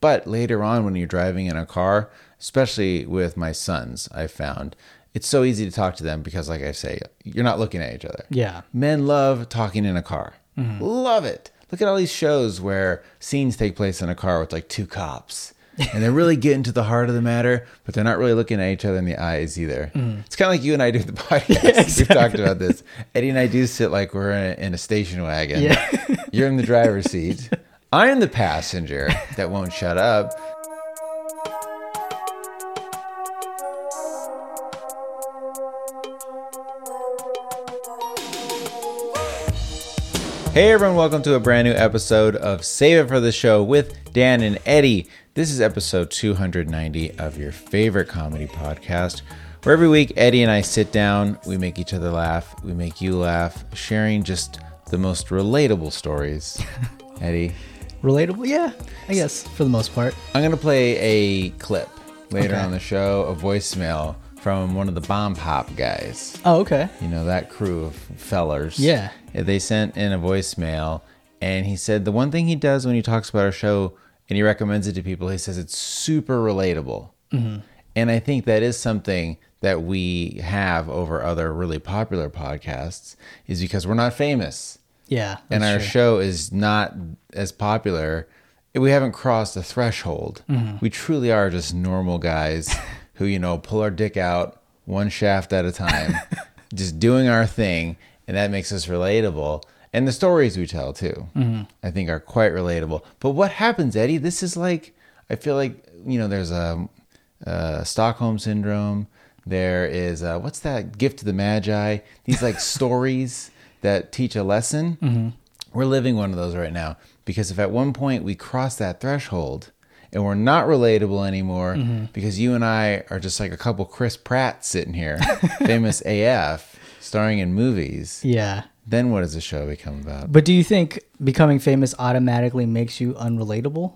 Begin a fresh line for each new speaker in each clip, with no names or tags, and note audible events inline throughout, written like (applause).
But later on, when you're driving in a car, especially with my sons, I found it's so easy to talk to them because, like I say, you're not looking at each other.
Yeah.
Men love talking in a car. Love it. Look at all these shows where scenes take place in a car with like two cops. and they're really getting to the heart of the matter, but they're not really looking at each other in the eyes either. It's kind of like you and I do the (laughs) podcast. We've talked about this. Eddie and I do sit like we're in a, in a station wagon. (laughs) You're in the driver's seat. I'm the passenger that won't shut up. Hey everyone, welcome to a brand new episode of Save It for the Show with Dan and Eddie. This is episode 290 of your favorite comedy podcast, where every week Eddie and I sit down, we make each other laugh, we make you laugh, sharing just the most
(laughs)
relatable stories. Eddie,
Relatable? Yeah, I guess for the most part.
I'm going to play a clip later
Okay.
on the show, a voicemail from one of the Bomb Pop guys.
Oh, okay.
you know that crew of fellers
Yeah.
they sent in a voicemail and he said the one thing he does when he talks about our show and he recommends it to people he says it's super relatable
Mm-hmm.
and i think that is something that we have over other really popular podcasts is because we're not famous
Yeah.
and
that's
our
true.
show is not as popular. We haven't crossed the threshold.
Mm-hmm.
We truly are just
(laughs)
normal guys who, you know, pull our dick out one shaft at
(laughs)
a time, just doing our thing. And that makes us relatable. And the stories we tell, too,
Mm-hmm.
I think are quite relatable. But what happens, Eddie? This is like, I feel like, you know, there's a, uh, Stockholm syndrome. There is uh, what's that gift of the Magi? These
(laughs)
like stories that teach a lesson.
Mm-hmm.
We're living one of those right now because if at one point we cross that threshold and we're not relatable anymore
Mm-hmm.
because you and I are just like a couple Chris Pratt sitting here,
(laughs)
famous AF, starring in movies,
Yeah.
then what does the show become about?
But do you think becoming famous automatically makes you unrelatable?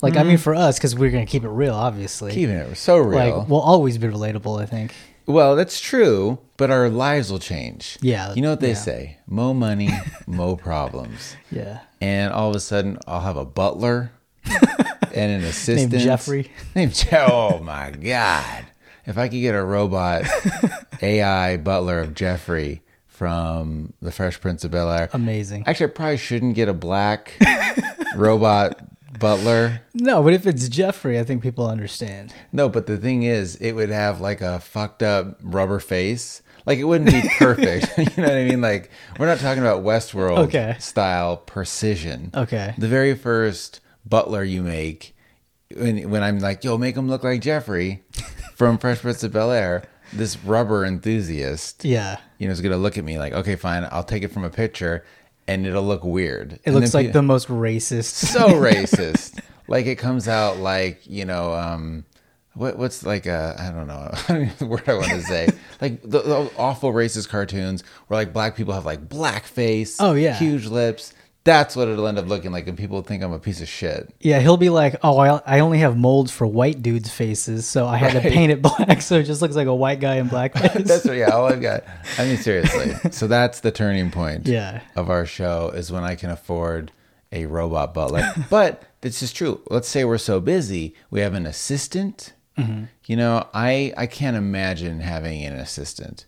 Like, I mean, for us, because we're going to keep it real, obviously.
Even it was so
like,
real.
we'll always be relatable, I think.
Well, that's true, but our lives will change.
Yeah,
You know what they
yeah.
say mo
(laughs)
money, mo problems.
Yeah.
And all of a sudden, I'll have
(laughs)
a butler and an assistant.
Jeffrey.
(laughs) Named Jeff. Oh, my God. If I could get a
(laughs)
robot AI butler of Jeffrey from The Fresh Prince of Bel Air.
Amazing.
Actually, I probably shouldn't get
(laughs)
a black robot butler.
no, but if it's Jeffrey, I think people understand.
No, but the thing is, it would have like a fucked up rubber face. Like it wouldn't be
(laughs)
perfect. (laughs) you know what I mean? Like we're not talking about Westworld
Okay.
style precision.
Okay.
The very first butler you make, when, when I'm like, yo, make him look like Jeffrey from Fresh Prince of Bel Air, this rubber enthusiast,
Yeah.
you know, is gonna look at me like, okay, fine, I'll take it from a picture, and it'll look weird.
It looks like the most racist. (laughs)
so racist. Like it comes out like you know, um, what what's like a I don't know, (laughs) I don't know the word I want
(laughs)
to say. Like the, the awful racist cartoons where like black people have like black face.
Oh, yeah.
huge lips. That's what it'll end up looking like, and people think I'm a piece of shit.
Yeah, he'll be like, "Oh, I, I only have molds for white dudes' faces, so I had to paint it black, (laughs) so it just looks like a white guy in (laughs) blackface."
That's what, yeah, all I've got. I mean, seriously. So that's the turning point.
Yeah.
Of our show is when I can afford a robot butler. but this is true. Let's say we're so busy, we have an assistant.
Mm-hmm.
You know, I I can't imagine having an assistant.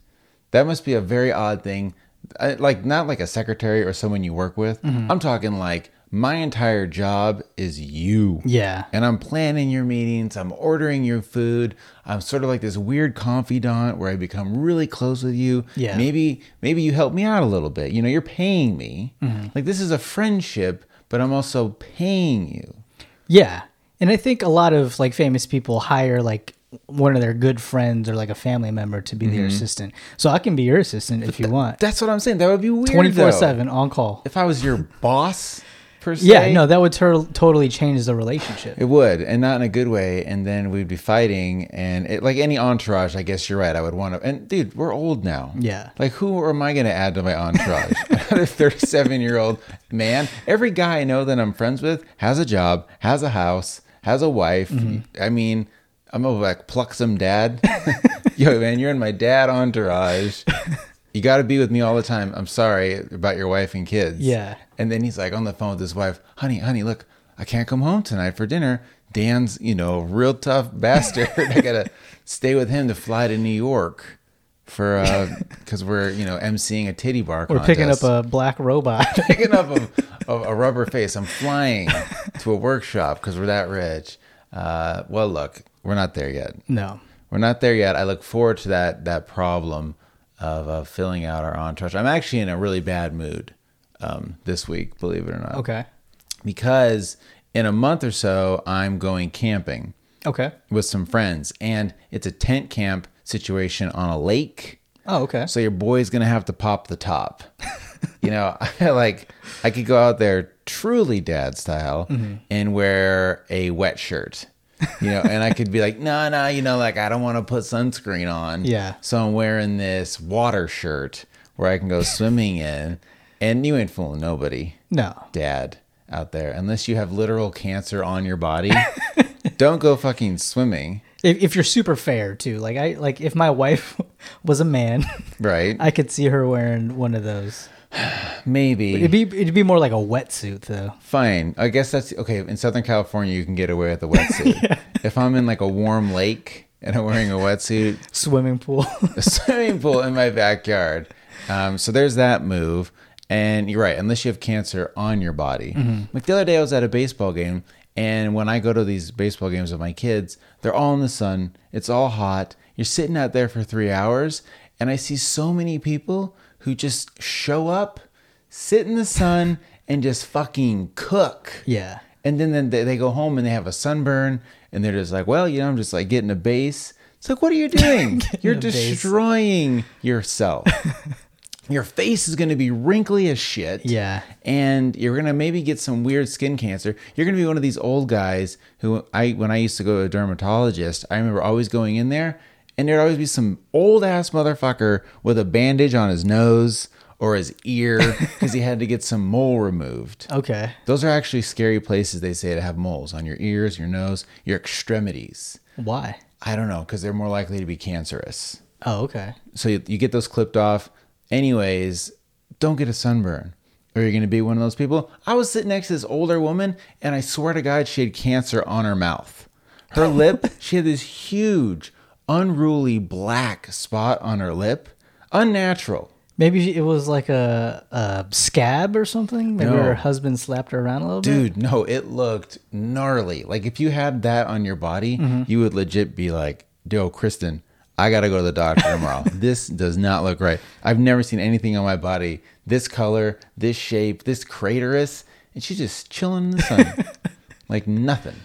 That must be a very odd thing. I, like not like a secretary or someone you work with.
Mm-hmm.
I'm talking like my entire job is you
yeah,
and I'm planning your meetings, I'm ordering your food. I'm sort of like this weird confidant where I become really close with you.
Yeah.
Maybe maybe you help me out a little bit. You know, you're paying me.
Mm-hmm.
Like this is a friendship, but I'm also paying you.
yeah, and I think a lot of like famous people hire like one of their good friends or like a family member to be their assistant. So I can be your assistant if you want,
Mm-hmm. That's what I'm saying. That would be weird. though.
twenty four seven on call.
If I
(laughs)
was your boss per se.
Yeah, no, that would tur- totally change the relationship.
It would, and not in a good way. And then we'd be fighting, and it, like any entourage, I guess you're right. I would want to. And dude, we're old now.
Yeah.
Like, who am I going to add to my entourage? (laughs) Another 37 year old man. Every guy I know that I'm friends with has a job, has a house, has a wife. I mean, I'm a like pluck some dad. (laughs) Yo, man, you're in my dad entourage. You got to be with me all the time. I'm sorry about your wife and kids.
Yeah.
And then he's like on the phone with his wife, honey, honey, look, I can't come home tonight for dinner Dan's, you know, real tough (laughs) bastard. I gotta stay with him to fly to New York for
(laughs)
because we're you know emceeing a titty bar.
We're picking up a black robot.
(laughs) picking up a, a, a rubber face. I'm flying to a workshop because we're that rich. Uh, well, look, we're not there yet.
no.
We're not there yet. I look forward to that that problem of uh, filling out our entourage. I'm actually in a really bad mood um, this week, believe it or not.
(laughs) Okay.
Because in a month or so, I'm going camping
Okay.
with some friends, and it's a tent camp situation on a lake.
Oh, okay.
So your boy's gonna have to pop the top. (laughs) you know, (laughs) I like I could go out there truly dad style
Mm-hmm.
and wear a wet shirt. You know, and I could be like, (laughs) no, no, you know, like I don't want to put sunscreen on.
Yeah.
So I'm wearing this water shirt where I can go swimming in. And you ain't fooling nobody,
No.
dad, out there. Unless you have literal cancer on your body. (laughs) don't go fucking swimming.
If, if you're super fair too, like I like if my wife (laughs) was a man,
Right.
(laughs) I could see her wearing one of those.
Maybe.
It'd be it'd be more like a wetsuit though.
Fine. I guess that's okay. In Southern California, you can get away with
(laughs)
a wetsuit. If I'm in like a warm lake and I'm wearing a wetsuit,
Swimming pool.
(laughs) a swimming pool in my backyard. Um, so there's that move. And you're right, unless you have cancer on your body.
Mm-hmm.
Like the other day, I was at a baseball game. And when I go to these baseball games with my kids, they're all in the sun. It's all hot. You're sitting out there for three hours. And I see so many people who just show up, sit in the sun, and just fucking cook.
yeah.
And then, then they, they go home and they have a sunburn and they're just like, well, you know, I'm just like getting a base. It's like,
(laughs)
what are you doing? You're
a base.
destroying
(laughs)
yourself. Your face is going to be wrinkly as shit.
Yeah.
And you're going to maybe get some weird skin cancer. You're going to be one of these old guys who I, when I used to go to a dermatologist, I remember always going in there and there'd always be some old ass motherfucker with a bandage on his nose or his ear because he had to get some mole removed.
Okay.
Those are actually scary places they say to have moles on your ears, your nose, your extremities.
Why?
I don't know, because they're more likely to be cancerous.
Oh, okay.
So you, you get those clipped off. Anyways, don't get a sunburn. Or you're going to be one of those people. I was sitting next to this older woman, and I swear to God, she had cancer on her mouth.
(laughs)
Her lip, she had this huge, unruly black spot on her lip. Unnatural.
Maybe it was like a, a scab or something. Maybe
No.
her husband slapped her around a little bit.
Dude, no, it looked gnarly. Like if you had that on your body,
Mm-hmm.
you would legit be like, "Yo, Kristen, I gotta go to the doctor
(laughs)
tomorrow. this does not look right. I've never seen anything on my body this color, this shape, this craterous." And she's just chilling in
(laughs)
the sun, like nothing.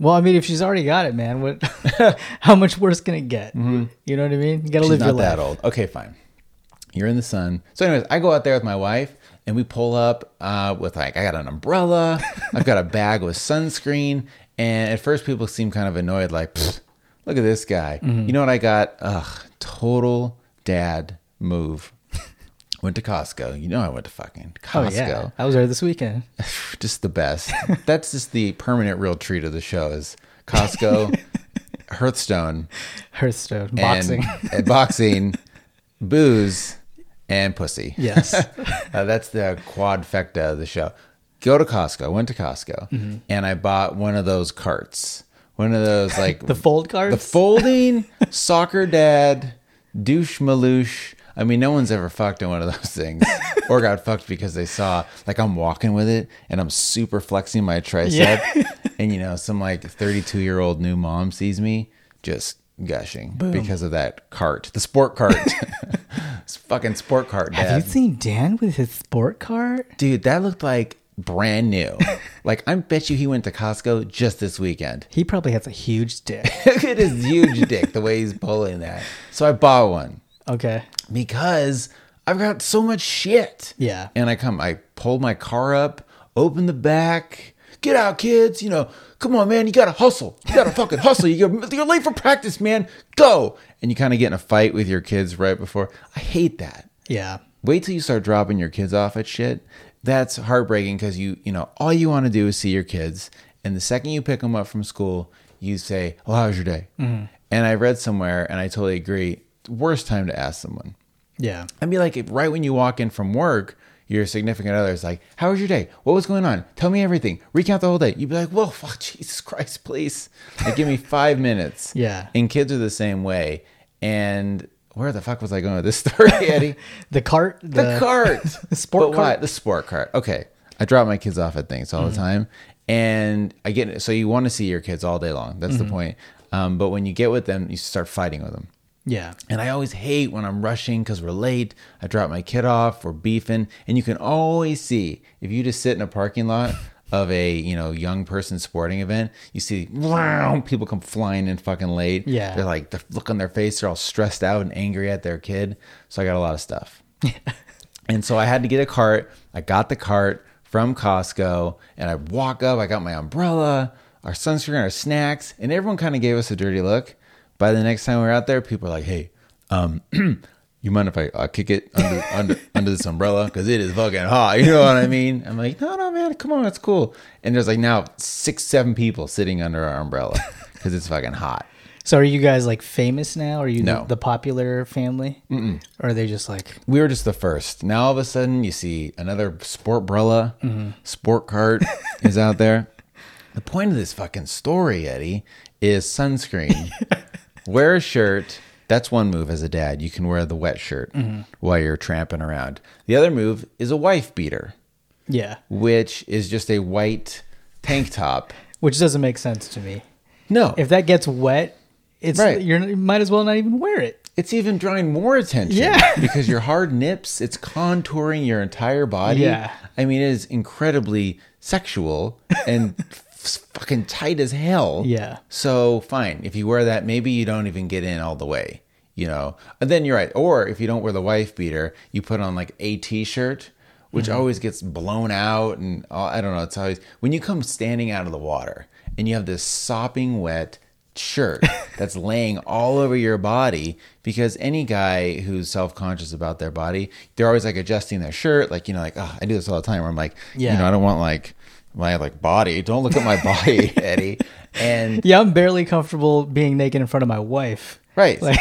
Well, I mean, if she's already got it, man, what? (laughs) how much worse can it get? You know what I mean? You gotta
Mm-hmm. She's
live your
not
life.
that old. Okay, fine. You're in the sun. So, anyways, I go out there with my wife and we pull up uh, with like, I got an
(laughs)
umbrella, I've got a bag with sunscreen. And at first, people seem kind of annoyed, like, "Pfft, look at this guy.
Mm-hmm.
You know what I got? Ugh, total dad move. (laughs) Went to Costco. You know, I went to fucking
Oh
Costco
yeah, I was there this weekend.
(laughs) just the best. That's just the permanent real treat of the show is
(laughs)
Costco, Hearthstone,
Hearthstone
and-
boxing.
(laughs) and boxing, booze, and pussy.
yes.
(laughs) Uh, that's the quadfecta of the show. Go to Costco. I went to Costco
Mm-hmm.
and I bought one of those carts. One
(laughs)
of those like
The fold cards.
the folding soccer dad douche maloosh. I mean, no one's ever fucked in one of those
(laughs)
things or got fucked because they saw like I'm walking with it and I'm super flexing my tricep,
Yeah.
(laughs) and you know, some like 32 year old new mom sees me just gushing because of that cart, the sport cart,
(laughs)
(laughs) It's fucking sport cart. Dad
Have you seen Dan with his sport cart?
dude that looked like
(laughs)
brand new like i bet you he went to costco just this weekend (laughs)
He probably has a huge dick. (laughs)
look at his huge dick the way he's pulling that so i bought one
Okay.
because i've got so much shit
Yeah.
and i come i pulled my car up opened the back get out kids you know come on man you gotta hustle you gotta fucking hustle you're, you're late for practice man go and you kind of get in a fight with your kids right before i hate that
Yeah.
wait till you start dropping your kids off at shit that's heartbreaking because you you know all you want to do is see your kids and the second you pick them up from school you say oh how was your day and i read somewhere and i totally agree worst time to ask someone
Yeah.
i'd be like if right when you walk in from work your significant other is like, "How was your day? What was going on? Tell me everything. Recount the whole day." You'd be like, "Whoa, (laughs) fuck, Jesus Christ, please,
(laughs)
like, give me five minutes."
Yeah.
And kids are the same way. And where the fuck was I going with this (laughs) story, Eddie?
(laughs) The cart. The,
the cart,
(laughs) The sport cart? Mm-hmm.
But why- The sport cart. Okay, I drop my kids off at things all the time, and I get so you want to see your kids all day long. That's
Mm-hmm.
the point. Um, but when you get with them, you start fighting with them.
Yeah.
And I always hate when I'm rushing because we're late. I drop my kid off. We're beefing, and you can always see if you just sit in a parking lot of a you know young person sporting event, you see "Wow," people come flying in fucking late.
Yeah.
they're like the look on their face. They're all stressed out and angry at their kid. So I got a lot of stuff. And so I had to get a cart. I got the cart from Costco and I walk up. I got my umbrella, our sunscreen, our snacks, and everyone kind of gave us a dirty look. By the next time we were out there, people were like, hey, um, (clears throat) you mind if I uh, kick it under, (laughs) under, under this umbrella? Because it is fucking hot. (laughs) You know what I mean? I'm like, no, no, man, come on, it's cool. And there's like now six, seven people sitting under our umbrella (laughs) because it's fucking hot.
So are you guys like famous now? Are you
No.
the, the popular family? Or are they just like
we were just the first. Now all of a sudden you see another sport brella, sport cart is out there. The point of this fucking story, Eddie, is sunscreen. wear a shirt. That's one move as a dad. You can wear the wet shirt while you're tramping around. The other move is a wife beater,
yeah,
which is just a white tank top.
which doesn't make sense to me.
No,
If that gets wet, it's
Right.
you're you might as well not even wear it.
it's even drawing more attention.
Yeah. (laughs)
because your hard nips, it's contouring your entire body.
Yeah.
I mean, it is incredibly sexual and (laughs) f- fucking tight as hell.
Yeah.
So fine, if you wear that, maybe you don't even get in all the way. You know, and then you're right. Or if you don't wear the wife beater, you put on like a t-shirt, which
Mm-hmm.
always gets blown out, and all, I don't know. It's always when you come standing out of the water and you have this sopping wet
(laughs)
shirt that's laying all over your body because any guy who's self-conscious about their body they're always like adjusting their shirt like you know like oh, i do this all the time where i'm like you
Yeah.
know i don't want like my like body don't look at
(laughs)
my body eddie and
Yeah, I'm barely comfortable being naked in front of my wife.
Right.
Like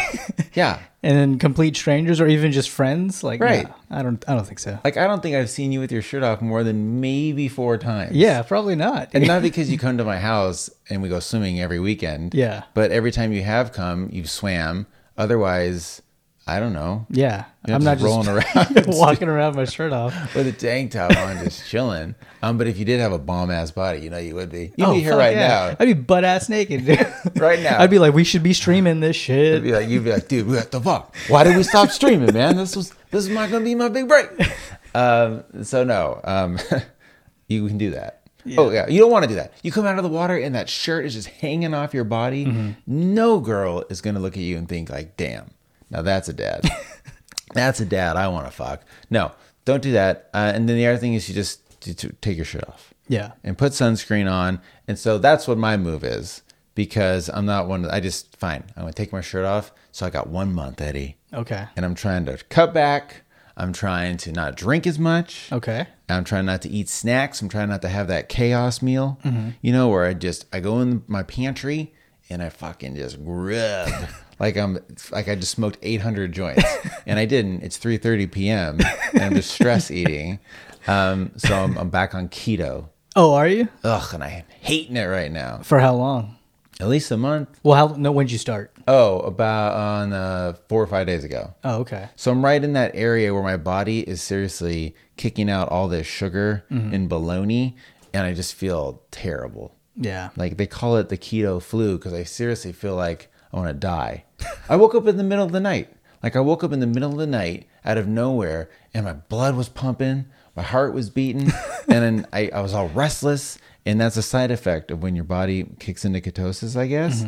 (laughs) yeah.
(laughs) and then complete strangers or even just friends. Like
Right.
no, I don't I don't think so.
Like I don't think I've seen you with your shirt off more than maybe four times.
Yeah, probably not. (laughs)
And not because you come to my house and we go swimming every weekend.
Yeah.
But every time you have come, you've swam. Otherwise, I don't know.
yeah.
You're
I'm not just (laughs)
rolling around
walking around with my shirt off.
with a tank top on, just chilling. Um, but if you did have a bomb ass body, you know you would be. You'd be
Oh,
here
fuck
right
yeah.
now.
I'd be butt ass naked, dude.
(laughs) Right
(laughs)
now.
I'd be like, we should be streaming this shit.
Be like, you'd be like, dude, what the fuck? Why did we stop streaming, man? This was this is not gonna be my big break. Um, so no, um, (laughs) you can do that. Oh yeah, you don't want to do that. You come out of the water and that shirt is just hanging off your body.
Mm-hmm.
No girl is gonna look at you and think like, damn, now that's a dad. (laughs) that's a dad I want to fuck. No, don't do that. Uh, and then the other thing is you just you t- take your shirt off
Yeah.
and put sunscreen on. And so that's what my move is because I'm not one. I just fine. I'm gonna take my shirt off. So I got one month, Eddie,
Okay.
and I'm trying to cut back. I'm trying to not drink as much.
Okay.
I'm trying not to eat snacks. I'm trying not to have that chaos meal.
Mm-hmm.
You know, where I just I go in my pantry and I fucking just
(laughs)
grub like I'm like I just smoked 800 joints and I didn't. It's 3:30 p.m. and I'm just
(laughs)
stress eating. Um, so I'm, I'm back on keto.
Oh, are you?
Ugh, and I am hating it right now.
For how long?
At least a month.
Well, how no when'd you start?
Oh, about on uh, four or five days ago.
Oh, okay.
So I'm right in that area where my body is seriously kicking out all this sugar
Mm-hmm.
and bologna, and I just feel terrible.
Yeah.
Like they call it the keto flu because I seriously feel like I want to die. (laughs) I woke up in the middle of the night. Like I woke up in the middle of the night out of nowhere and my blood was pumping, my heart was beating, and then I, I was all restless. And that's a side effect of when your body kicks into ketosis, I guess.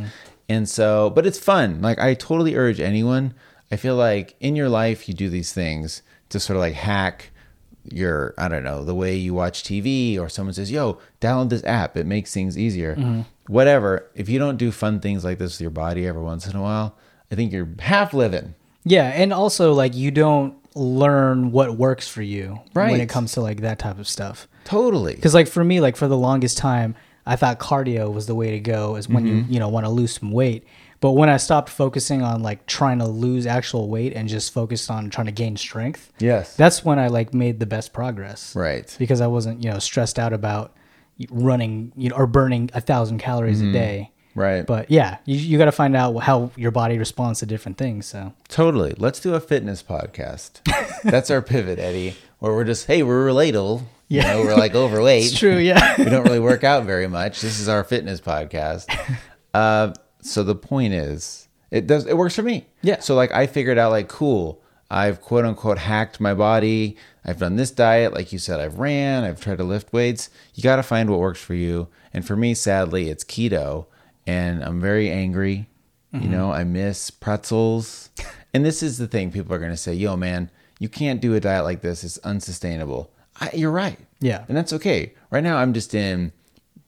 And so, but it's fun. Like I totally urge anyone. I feel like in your life, you do these things to sort of like hack your I don't know the way you watch TV or someone says, "Yo, download this app. It makes things easier."
Mm-hmm.
Whatever. If you don't do fun things like this with your body every once in a while, I think you're half living.
Yeah, and also like you don't learn what works for you when
Right.
it comes to like that type of stuff.
Totally.
Because like for me, like for the longest time, I thought cardio was the way to go is when
Mm-hmm.
you you know want to lose some weight. But when I stopped focusing on like trying to lose actual weight and just focused on trying to gain strength,
Yes.
that's when I like made the best progress.
Right.
Because I wasn't, you know, stressed out about running, you know, or burning a thousand calories a day.
Mm-hmm. Right.
But yeah, you, you got to find out how your body responds to different things. So
Totally. Let's do a fitness podcast. That's our pivot, Eddie, where we're just, hey, we're relatable.
Yeah.
You know, we're like overweight.
true. Yeah.
(laughs) we don't really work out very much. This is our fitness podcast.
(laughs)
Uh, so the point is, it does it works for me.
Yeah.
So like I figured out like cool. I've quote unquote hacked my body. I've done this diet, like you said. I've ran. I've tried to lift weights. You got to find what works for you. And for me, sadly, it's keto, and I'm very angry.
Mm-hmm.
You know, Oh, I miss pretzels. And this is the thing people are going to say, "Yo, man, you can't do a diet like this. It's unsustainable." I, you're right.
Yeah.
And that's okay. Right now, I'm just in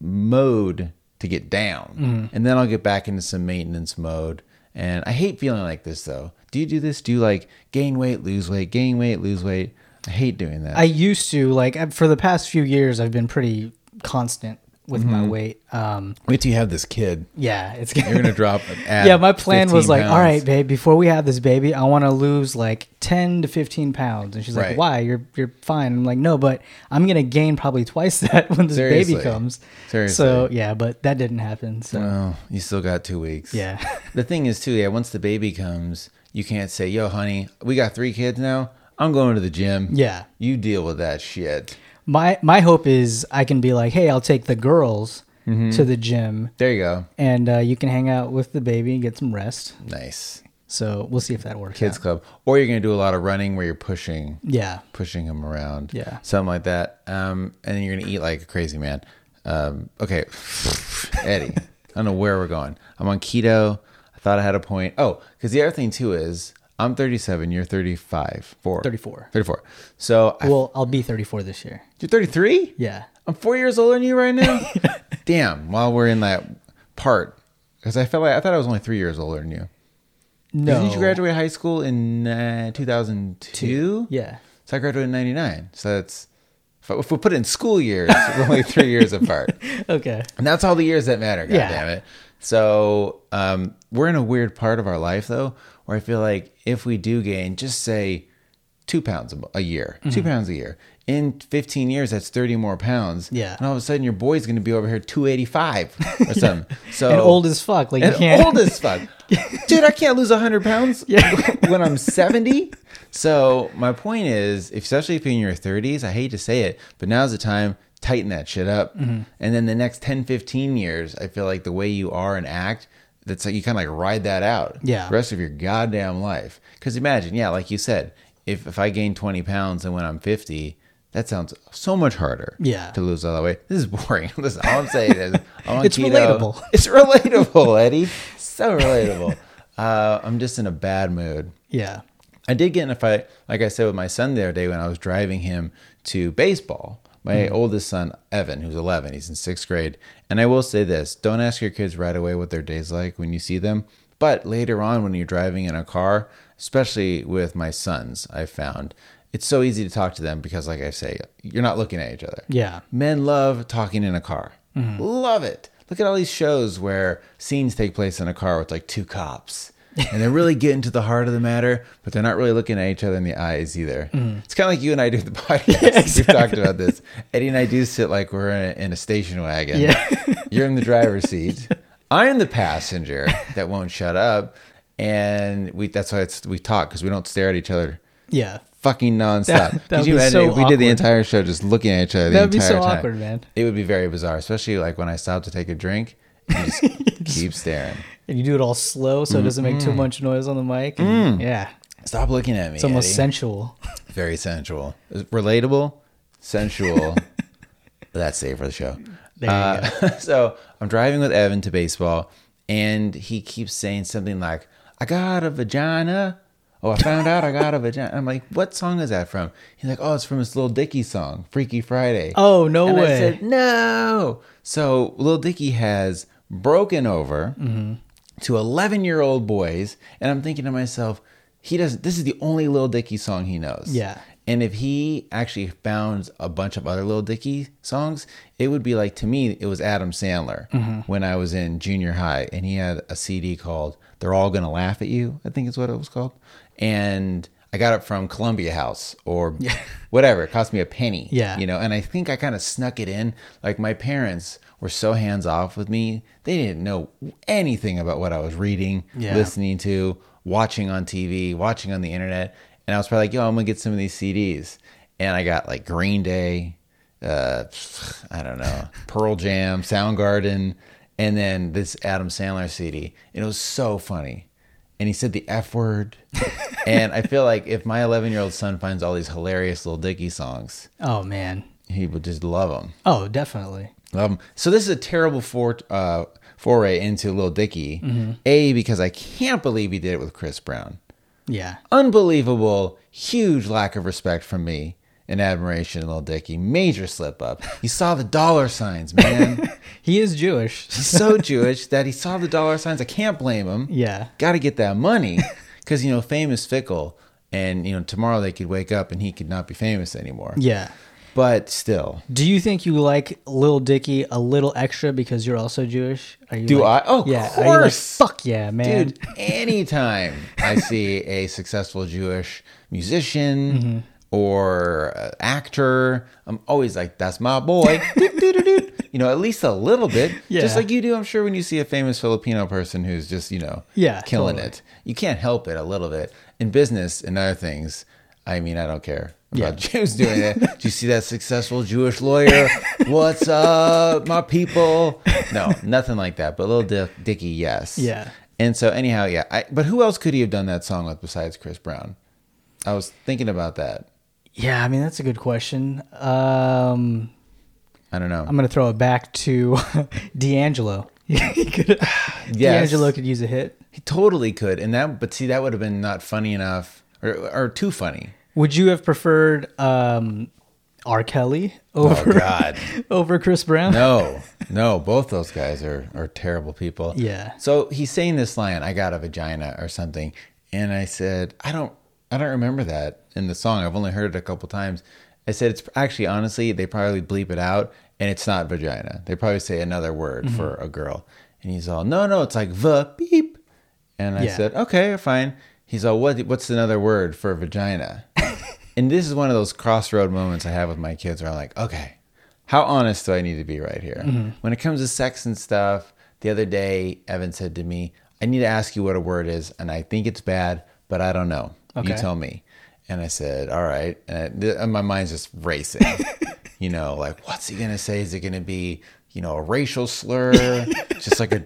mode to get down.
Mm.
And then I'll get back into some maintenance mode. And I hate feeling like this, though. Do you do this? Do you like gain weight, lose weight, gain weight, lose weight? I hate doing that.
I used to like I- for the past few years, I've been pretty constant with my weight. Um,
Wait till you have this kid.
yeah, it's
Mm-hmm.
(laughs)
You're going to drop an ad.
yeah. My plan was
15
like, all
pounds."
right, babe, before we have this baby, I want to lose like ten to fifteen pounds. And she's like,
Right.
why? You're you're fine. I'm like, no, but I'm gonna gain probably twice (laughs) that when this
Seriously.
baby comes. So
Seriously.
yeah, but that didn't happen. So
Oh, you still got two weeks.
yeah,
(laughs) The thing is, too, yeah, once the baby comes, you can't say, yo, honey, we got three kids now. I'm going to the gym.
yeah.
You deal with that shit.
My my hope is I can be like, hey, I'll take the girls to the gym,
Mm-hmm. There you go.
and uh, you can hang out with the baby and get some rest.
Nice.
So we'll see if that works.
kids
out.
club or you're going to do a lot of running where you're pushing
Yeah.
pushing them around
Yeah.
something like that um and then you're going to eat like a crazy man um okay (laughs) eddie i don't know where we're going i'm on keto i thought i had a point oh because the other thing too is i'm 37 you're 35 four
34.
34 so I,
Well, I'll be 34 this year.
you're 33
Yeah.
i'm four years older than you right
(laughs)
now damn while we're in that part because i felt like i thought i was only three years older than you
No.
didn't you graduate high school in uh, 2002
Yeah.
So I graduated in 99. So that's, if, if we put it in school years,
(laughs)
we're only three years apart.
Okay.
And that's all the years that matter, God
Yeah.
damn it. So um, we're in a weird part of our life, though, where I feel like if we do gain, just say two pounds a mo- a year,
Mm-hmm.
two pounds a year. In 15 years, that's 30 more pounds.
Yeah.
And all of a sudden, your boy's going to be over here 285
(laughs)
or something. So
And old as fuck. Like you
and
can't.
old
(laughs)
as fuck. Dude, I can't lose 100 (laughs) pounds when I'm 70. So, my point is, if- especially if you're in your 30s, I hate to say it, but now's the time, tighten that shit up. And then the next 10, 15 years, I feel like the way you are and act, that's like you kind of like ride that out.
Yeah.
The rest of your goddamn life. Because imagine, yeah, like you said, if, if I gain 20 pounds and when I'm 50, that sounds so much harder.
Yeah.
To lose all the weight. This is boring. (laughs) Listen, all I'm saying is, I'm on
It's
keto.
relatable.
It's (laughs) relatable, Eddie. So relatable. (laughs) Uh, I'm just in a bad mood.
yeah.
I did get in a fight, like I said, with my son the other day when I was driving him to baseball. My oldest son, Evan, who's 11, he's in sixth grade. And I will say this don't ask your kids right away what their day's like when you see them. But later on, when you're driving in a car, especially with my sons, I found it's so easy to talk to them because, like I say, you're not looking at each other.
Yeah.
Men love talking in a car.
Mm-hmm.
Love it. Look at all these shows where scenes take place in a car with like two cops. and they're really getting to the heart of the matter, but they're not really looking at each other in the eyes either.
Mm-hmm.
It's kind of like you and I do with the
(laughs)
(laughs) podcast. We've talked about this. Eddie and I do sit like we're in a, in a station wagon.
Yeah.
(laughs) You're in the driver's seat. I'm
(laughs)
the passenger that won't shut up, and we that's why it's, we talk because we don't stare at each other
Yeah.
fucking nonstop.
That- that
Could
would
you
be
imagine
so
if we did the
awkward.
entire show just looking at each other?
That
the
would be so
entire time?
awkward, man.
It would be very bizarre, especially like when I stop to take a drink. And
(laughs)
just keep staring.
And you do it all slow so it doesn't make too much noise on the mic. and- Yeah.
Stop Mm-hmm. Mm. looking at me.
It's almost
Eddie.
sensual.
very sensual, relatable,
(laughs)
sensual. That's it for the show.
There you
Uh, (laughs) so I'm driving with Evan to baseball, and he keeps saying something like, "I got a vagina." Oh, I found out I got a vagina. I'm like, "What song is that from?" He's like, "Oh, it's from this Little Dicky song, Freaky Friday."
Oh, no
and
way.
I said, "No." So Little Dicky has broken over
Mm-hmm.
to 11 year old boys, and I'm thinking to myself, he doesn't. This is the only Little Dicky song he knows.
Yeah.
And if he actually found a bunch of other Little Dicky songs, it would be like to me, it was Adam Sandler
Mm-hmm.
when I was in junior high, and he had a CD called "They're All Gonna Laugh at You," I think is what it was called, and I got it from Columbia House or whatever. It cost me a penny,
Yeah.
you know. And I think I kind of snuck it in. Like my parents were so hands off with me; they didn't know anything about what I was reading,
Yeah.
listening listening to, watching on TV, watching on the internet. And I was probably like, yo, I'm going to get some of these CDs. And I got like Green Day, uh, I don't know, Pearl Jam, Soundgarden, and then this Adam Sandler CD. And it was so funny. And he said the
(laughs)
F word. and I feel like if my 11 year old son finds all these hilarious little Dicky songs,
Oh man.
he would just love them.
Oh, definitely.
Love 'em. Um, So this is a terrible for, uh, foray into Lil Dicky.
Mm-hmm.
A because I can't believe he did it with Chris Brown.
Yeah.
Unbelievable, huge lack of respect from me and admiration, Lil Dicky. Major slip up. He saw the dollar signs, man.
(laughs) He is Jewish.
He's so Jewish that he saw the dollar signs. I can't blame him.
Yeah.
Got to get that
(laughs)
money because you know fame is fickle, and you know tomorrow they could wake up and he could not be famous anymore.
Yeah.
But still,
Do you think you like Lil Dicky a little extra because you're also Jewish? Are you
Do
like-
I? Oh, of
yeah. Are you like,
course.
Fuck yeah, man. (laughs)
Dude, anytime I see a successful Jewish musician
Mm-hmm.
or uh, actor, I'm always like, that's
(laughs)
my boy. Doot, doot, doot, doot. you know, at least a little bit.
Yeah.
Just like you do, I'm sure, when you see a famous Filipino person who's just, you know,
Yeah,
killing
totally.
it. You can't help it a little bit. In business and other things, I mean, I don't care.
Yeah.
(laughs) About Jews doing it. Do you see that successful Jewish lawyer? What's up, my people? No, nothing like that. But little Dick, Dicky, yes.
Yeah.
And so, anyhow, yeah. I, but who else could he have done that song with besides Chris Brown? I was thinking about that.
Yeah, I mean that's a good question. Um,
I don't know.
I'm gonna throw it back to (laughs) D'Angelo. (laughs) He
(sighs)
could- D'Angelo could use a hit.
he totally could. And that, but see, that would have been not funny enough or, or too funny.
Would you have preferred um, R. Kelly over (laughs)
Oh, God.
over Chris Brown?
No, no, both those guys are are terrible people.
Yeah.
So he's saying this line, "I got a vagina" or something, and I said, "I don't, I don't remember that in the song. I've only heard it a couple times." I said, "It's actually, honestly, they probably bleep it out, and it's not vagina. They probably say another word
Mm-hmm.
for a girl." And he's all, "No, no, it's like the beep," and I
Yeah.
said, "Okay, fine." He's all, "What? What's another word for
(laughs)
vagina?" and this is one of those crossroad moments I have with my kids where I'm like, okay, how honest do I need to be right here? When it comes to sex and stuff, the other day, Evan said to me, I need to ask you what a word is, and I think it's bad, but I don't know.
Okay.
You tell me. And I said, all right. And, I- and my mind's just racing. you know, like, what's he going to say? Is it going to be, you know, a racial slur, just like a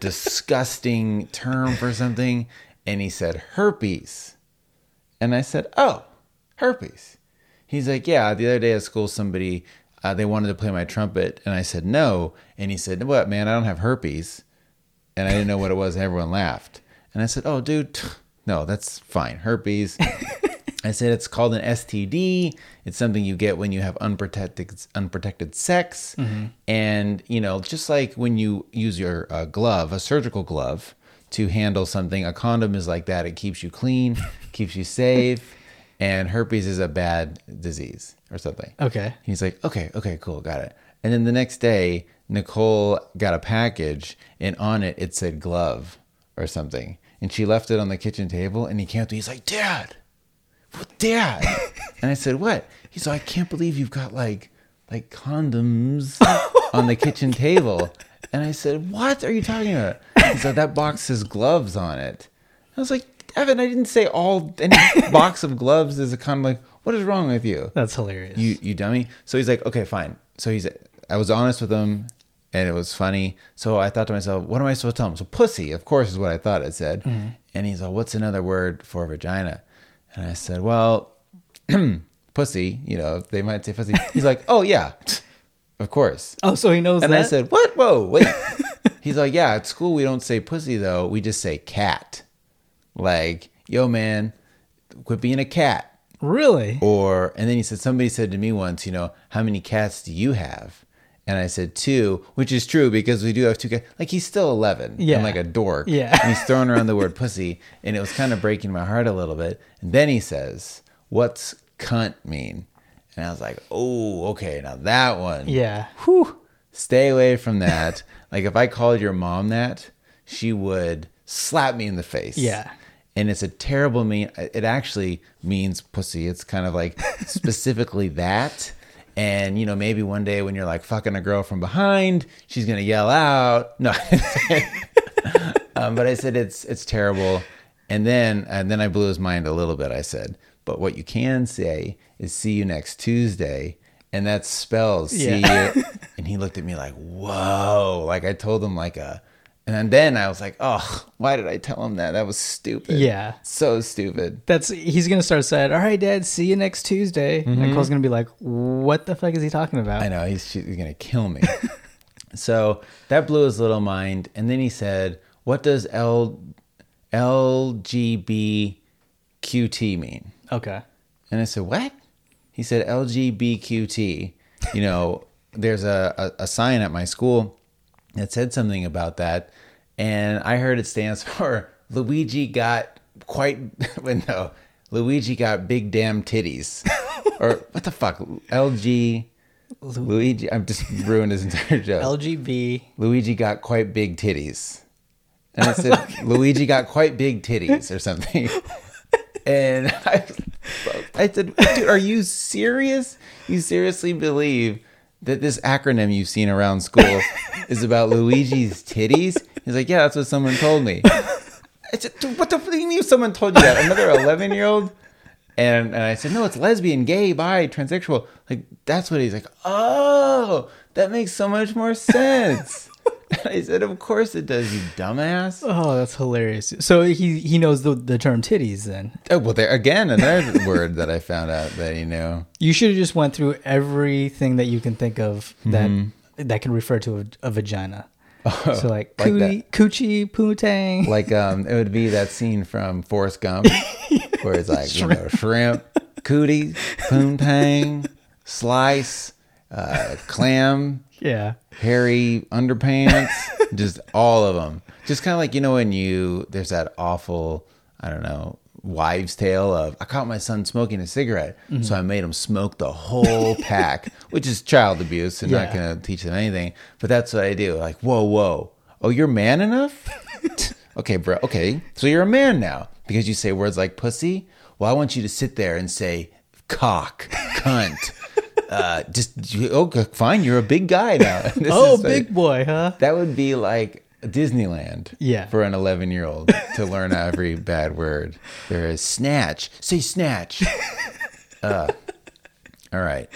disgusting term for something? And he said, herpes. And I said, "Oh, herpes." He's like, "Yeah." The other day at school, somebody uh, they wanted to play my trumpet, and I said no. And he said, "What, man? I don't have herpes." And I didn't know what it was. And everyone laughed. And I said, "Oh, dude, tch, no, that's fine. Herpes." I said it's called an STD. It's something you get when you have unprotected unprotected sex, and you know, just like when you use your uh, glove, a surgical glove, to handle something, a condom is like that. It keeps you clean, keeps you safe, and herpes is a bad disease or something.
Okay.
He's like, okay, okay, cool, got it. And then the next day, Nicole got a package, and on it it said glove or something, and she left it on the kitchen table, and he came up to. me, He's like, Dad well, Dad. and I said, what? He's like, I can't believe you've got like
(laughs)
like condoms on the kitchen table. And I said, what are you talking about? He's like, that box has gloves on it. I was like, Evan, I didn't say all
(laughs)
any box of gloves is a condom. Like, what is wrong with you?
That's hilarious.
You you dummy. So he's like, okay, fine. So he's I was honest with him and it was funny. So I thought to myself, what am I supposed to tell him? So pussy, of course, is what I thought it said. And he's like, what's another word for vagina? And I said, well, (clears throat) pussy, you know, they might say pussy. He's like, oh yeah, of course.
oh, so he knows
And
that.
I said, "What? Whoa, wait." (laughs) He's like, "Yeah, at school we don't say pussy though. We just say cat. Like, yo, man, quit being a cat."
really?
Or and then he said somebody said to me once, you know, how many cats do you have? And I said two, which is true because we do have two cats. Like he's still eleven,
Yeah.
and like a dork,
Yeah.
And he's throwing around the word pussy, and it was kind of breaking my heart a little bit. And then he says, "What's cunt mean?" And I was like, oh, okay, now that one.
Yeah.
Whew. Stay away
(laughs)
from that. like if I called your mom that, she would slap me in the face.
Yeah.
And it's a terrible mean. It actually means pussy. It's kind
(laughs)
of like specifically that. And you know, maybe one day when you're like fucking a girl from behind, she's gonna yell out. No, (laughs) um, but I said it's it's terrible. And then and then I blew his mind a little bit. I said, but what you can say is see you next Tuesday, and that spells see
Yeah.
you. (laughs) and he looked at me like, whoa. Like I told him like a. And then I was like, oh, why did I tell him that? That was stupid.
Yeah.
So stupid.
That's he's gonna start saying, "All right, Dad, see you next Tuesday." And Cole's gonna be like, "What the fuck is he talking about?"
Mm-hmm. I know he's, she's gonna kill
(laughs)
me. so that blew his little mind, and then he said, "What does L LGBTQT mean?"
Okay.
And I said, "What?" He said, "LGBTQT." You know, there's a, a a sign at my school that said something about that, and I heard it stands (laughs) for Luigi got quite (laughs) well, no Luigi got big damn titties, or what the fuck LG. Luigi, I've just ruined his entire joke.
LGB.
Luigi got quite big titties. And I said, Luigi got quite big titties or something. And I, I said, dude, are you serious? You seriously believe that this acronym you've seen around school is about Luigi's titties? He's like, yeah, that's what someone told me. I said, dude, what the fuck do you mean someone told you that? Another 11 year old? And, and I said, no, it's lesbian, gay, bi, transsexual. Like, that's what he's like, oh, that makes so much more sense. and I said, of course it does, you dumbass.
Oh, that's hilarious. So he he knows the the term titties. Then
Oh, well, there again, another word that I found out that he knew.
you should have just went through everything that you can think of that that can refer to a, a
(laughs)
vagina. so like,
Mm-hmm. like
cootie, coochie, poontang.
Like, um, it would be that scene from Forrest
(laughs)
Gump where it's like, you know, shrimp, cootie, poontang, slice, uh, clam,
yeah.
hairy underpants, just all of them. Just kind of like you know when you there's that awful I don't know wives' tale of I caught my son smoking a cigarette,
Mm-hmm.
so I made him smoke the whole pack, which is child abuse and not
Yeah.
going to teach them anything. But that's what I do. Like whoa, whoa, oh you're man enough? okay, bro. Okay, so you're a man now because you say words like pussy. Well, I want you to sit there and say cock, cunt. (laughs) Uh, just oh, fine. You're a big guy now. (laughs) This
Oh,
is like-
big boy, huh?
that would be like Disneyland.
Yeah.
For an 11 year old to
(laughs)
learn every bad word. There is snatch. Say snatch.
(laughs)
uh, all right.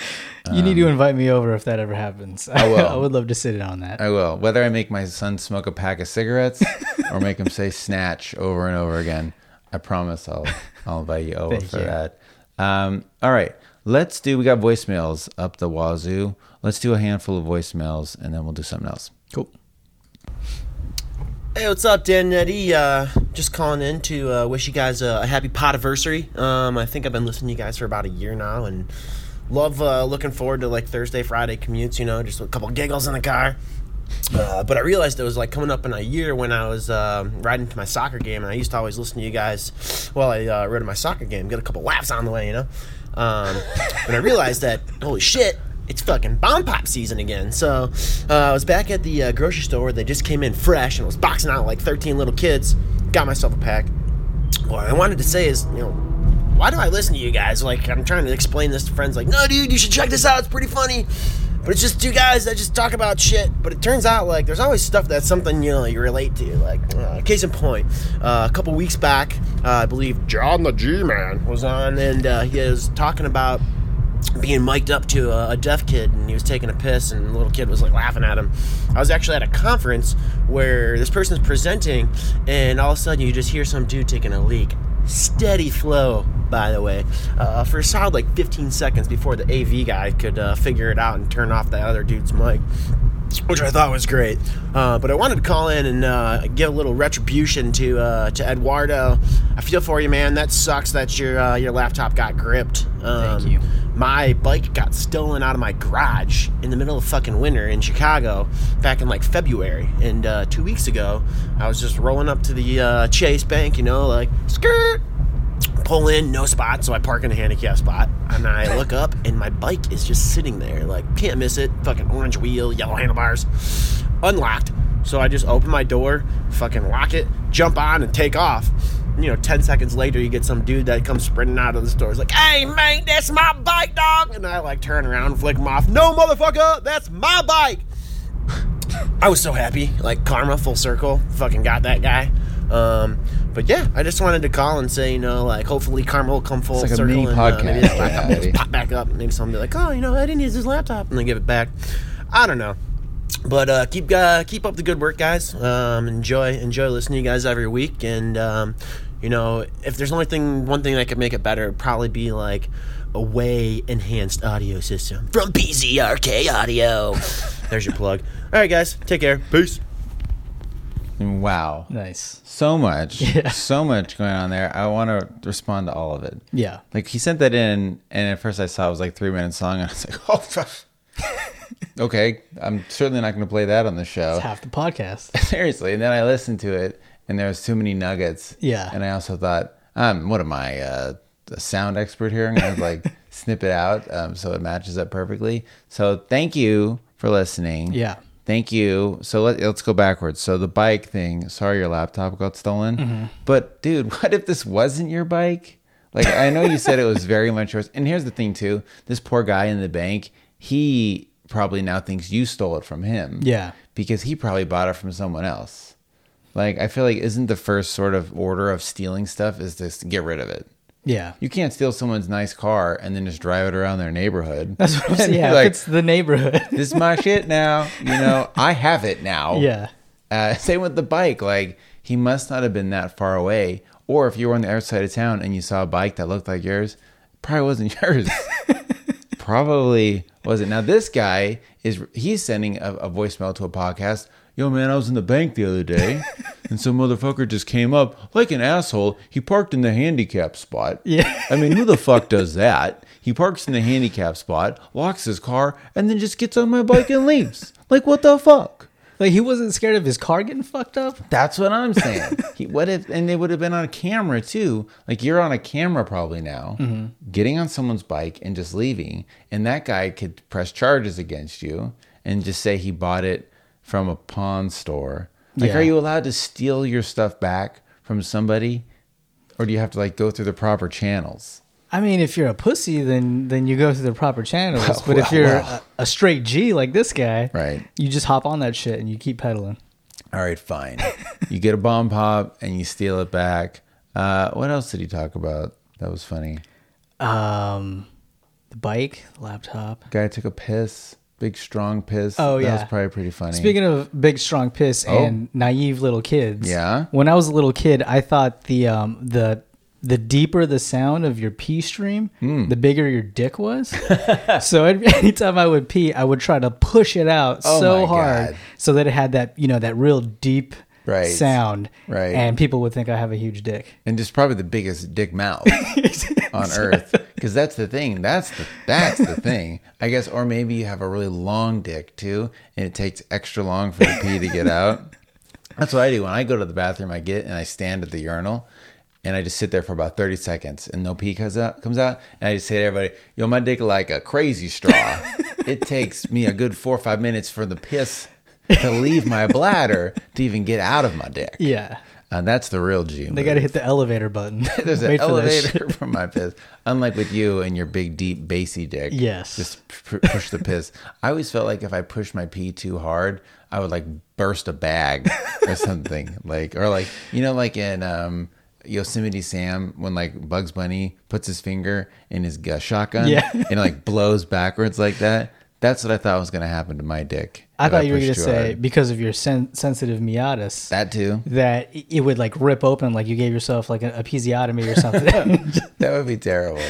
you need to invite me over if that ever happens. (laughs) I
Um, will.
I would love to sit in on that.
I will. Whether I make my son smoke a pack of
(laughs)
cigarettes or make him say snatch over and over again, I promise I'll I'll invite you over
Thank
for
you.
that. Um, all right. Let's do. We got voicemails up the wazoo. Let's do a handful of voicemails and then we'll do something else.
Cool.
Hey, what's up, Dan and Eddie? Uh, just calling in to uh, wish you guys a, a happy podiversary. Um, I think I've been listening to you guys for about a year now, and love uh, looking forward to like Thursday, Friday commutes. You know, just a couple giggles in the car. Uh, but I realized it was like coming up in a year when I was uh, riding to my soccer game, and I used to always listen to you guys while I uh, rode to my soccer game, get a couple laps on the way, you know. Um, but I realized that holy shit, it's fucking bomb pop season again. So uh, I was back at the uh, grocery store where they just came in fresh, and I was boxing out like 13 little kids. Got myself a pack. What I wanted to say is, you know, why do I listen to you guys? Like, I'm trying to explain this to friends, like, no, dude, you should check this out. It's pretty funny. But it's just two guys that just talk about shit. But it turns out, like, there's always stuff that's something, you know, you relate to. Like, uh, case in point, uh, a couple weeks back, uh, I believe John the G Man was on, and uh, he was talking about being mic'd up to a, a deaf kid and he was taking a piss and the little kid was like laughing at him i was actually at a conference where this person's presenting and all of a sudden you just hear some dude taking a leak steady flow by the way uh, for a solid like 15 seconds before the av guy could uh, figure it out and turn off that other dude's mic which I thought was great. Uh, but I wanted to call in and uh, give a little retribution to uh, to Eduardo. I feel for you, man. That sucks that your uh, your laptop got gripped. Um,
Thank you.
My bike got stolen out of my garage in the middle of fucking winter in Chicago back in like February. And uh, two weeks ago, I was just rolling up to the uh, Chase Bank, you know, like skirt pull in, no spot, so I park in a handicap spot. And I look up, and my bike is just sitting there. Like, can't miss it. Fucking orange wheel, yellow handlebars. Unlocked. So I just open my door, fucking lock it, jump on, and take off. You know, 10 seconds later, you get some dude that comes sprinting out of the store. He's like, hey, mate, that's my bike, dog. And I, like, turn around and flick him off. No, motherfucker, that's my bike. I was so happy. Like karma, full circle. Fucking got that guy. Um, but yeah, I just wanted to call and say, you know, like hopefully karma will come full
like a
circle
mini
and uh, maybe
podcast.
that laptop will
Yeah.
just pop back up. Maybe someone will be like, oh, you know, I didn't use his laptop, and then give it back. I don't know. But uh, keep uh, keep up the good work, guys. Um, enjoy enjoy listening to you guys every week, and um, you know if there's only thing one thing that could make it better, it'd probably be like a way enhanced audio system from PZRK Audio. there's your plug. All right, guys, take care. Peace.
Wow.
Nice.
So much.
(laughs) Yeah.
So much going on there. I want to respond to all of it.
Yeah.
Like he sent that in, and at first I saw it was like three minutes long, and (laughs) I was like, oh, fuck. okay, I'm certainly not going to play that on the show.
It's half the podcast.
Seriously. And then I listened to it, and there was too many nuggets.
Yeah.
And I also thought, um, what am I, uh, a sound expert here? I'm
(laughs)
going to like snip it out um, so it matches up perfectly. So thank you for listening.
Yeah.
Thank you. So let, let's go backwards. So the bike thing. Sorry, your laptop got stolen.
Mm-hmm.
But dude, (laughs) what if this wasn't your bike? Like I know you said it was very much yours. And here's the thing too. This poor guy in the bank, he probably now thinks you stole it from him.
Yeah.
Because he probably bought it from someone else. Like I feel like isn't the first sort of order of stealing stuff is just to get rid of it.
Yeah.
You can't steal someone's nice car and then just drive it around their neighborhood.
(laughs) That's what I'm
And (laughs)
saying.
be
Yeah, if
(laughs) like,
it's the neighborhood.
(laughs) this is my shit now. You
(laughs)
know, I have it now.
Yeah.
Uh, (laughs) same with the bike. Like he must not have been that far away. Or if you were on the other side of town and you saw a bike that looked like yours, it probably wasn't (laughs) yours. probably wasn't. Now this guy is he's sending a, a voicemail to a podcast. Yo man, I was in the bank the other day, and some motherfucker just came up like an asshole. He parked in the handicap spot.
Yeah.
I mean, who the fuck does that? He parks in the handicap spot, locks his car, and then just gets on my bike and leaves. Like what the fuck?
Like he wasn't scared of his car getting fucked up.
That's
(laughs)
what I'm saying. he, what if, and they would have been on camera too. Like you're on a camera probably now,
Mm-hmm.
getting on someone's bike and just leaving, and that guy could press charges against you and just say he bought it from a pawn store. Like,
Yeah.
are you allowed to steal your stuff back from somebody, or do you have to like go through the proper channels?
I mean, if you're a pussy, then then you go through the proper channels.
(laughs) Well,
but if
well,
you're
well.
A, a straight G like this guy,
Right.
You just hop on that shit and you keep pedaling.
All right, fine. you get a bomb pop and you steal it back. Uh, what else did he talk about? That was funny.
Um, the bike, laptop.
Guy took a piss, big strong piss.
Oh,
that
yeah.
was probably pretty funny. Oh.
Speaking of big, strong piss and naive little kids.
Yeah?
When I was a little kid, I thought the um the the deeper the sound of your pee stream,
Hmm.
the bigger your dick was. (laughs) so I'd- anytime I would pee, I would try to push it out
Oh my
so hard
God.
so that it had that you know that real deep
Right.
sound.
Right.
And people would think I have a huge dick.
and just probably the biggest dick
(laughs)
mouth on earth, because that's the thing. That's the that's the thing. I guess, or maybe you have a really long dick too, and it takes extra long for the pee to
(laughs)
get out. That's what I do when I go to the bathroom. I get and I stand at the urinal, and I just sit there for about thirty seconds, and no pee comes out. Comes out, and I just say to everybody, "Yo, my dick like a
(laughs)
crazy straw. it takes me a good four or five minutes for the piss to leave my bladder to even get out of my dick."
Yeah.
And that's the real G.
They got to hit the elevator button.
(laughs) There's an
Wait for that shit.
(laughs) elevator for my piss. Unlike with you and your big, deep, bassy dick.
Yes.
Just p- p- push the piss. I always felt like if I pushed my pee too hard, I would like burst a bag or something. (laughs) like, or like, you know, like in um, Yosemite Sam, when like Bugs Bunny puts his finger in his gu- shotgun
Yeah.
and it like blows backwards like that. That's what I thought was going to happen to my dick.
I
if
thought you were
pushed
going to
too
say
hard.
because of your sen- sensitive meatus.
that too.
that it would like rip open like you gave yourself like an episiotomy or
(laughs)
something. (laughs)
That would be terrible.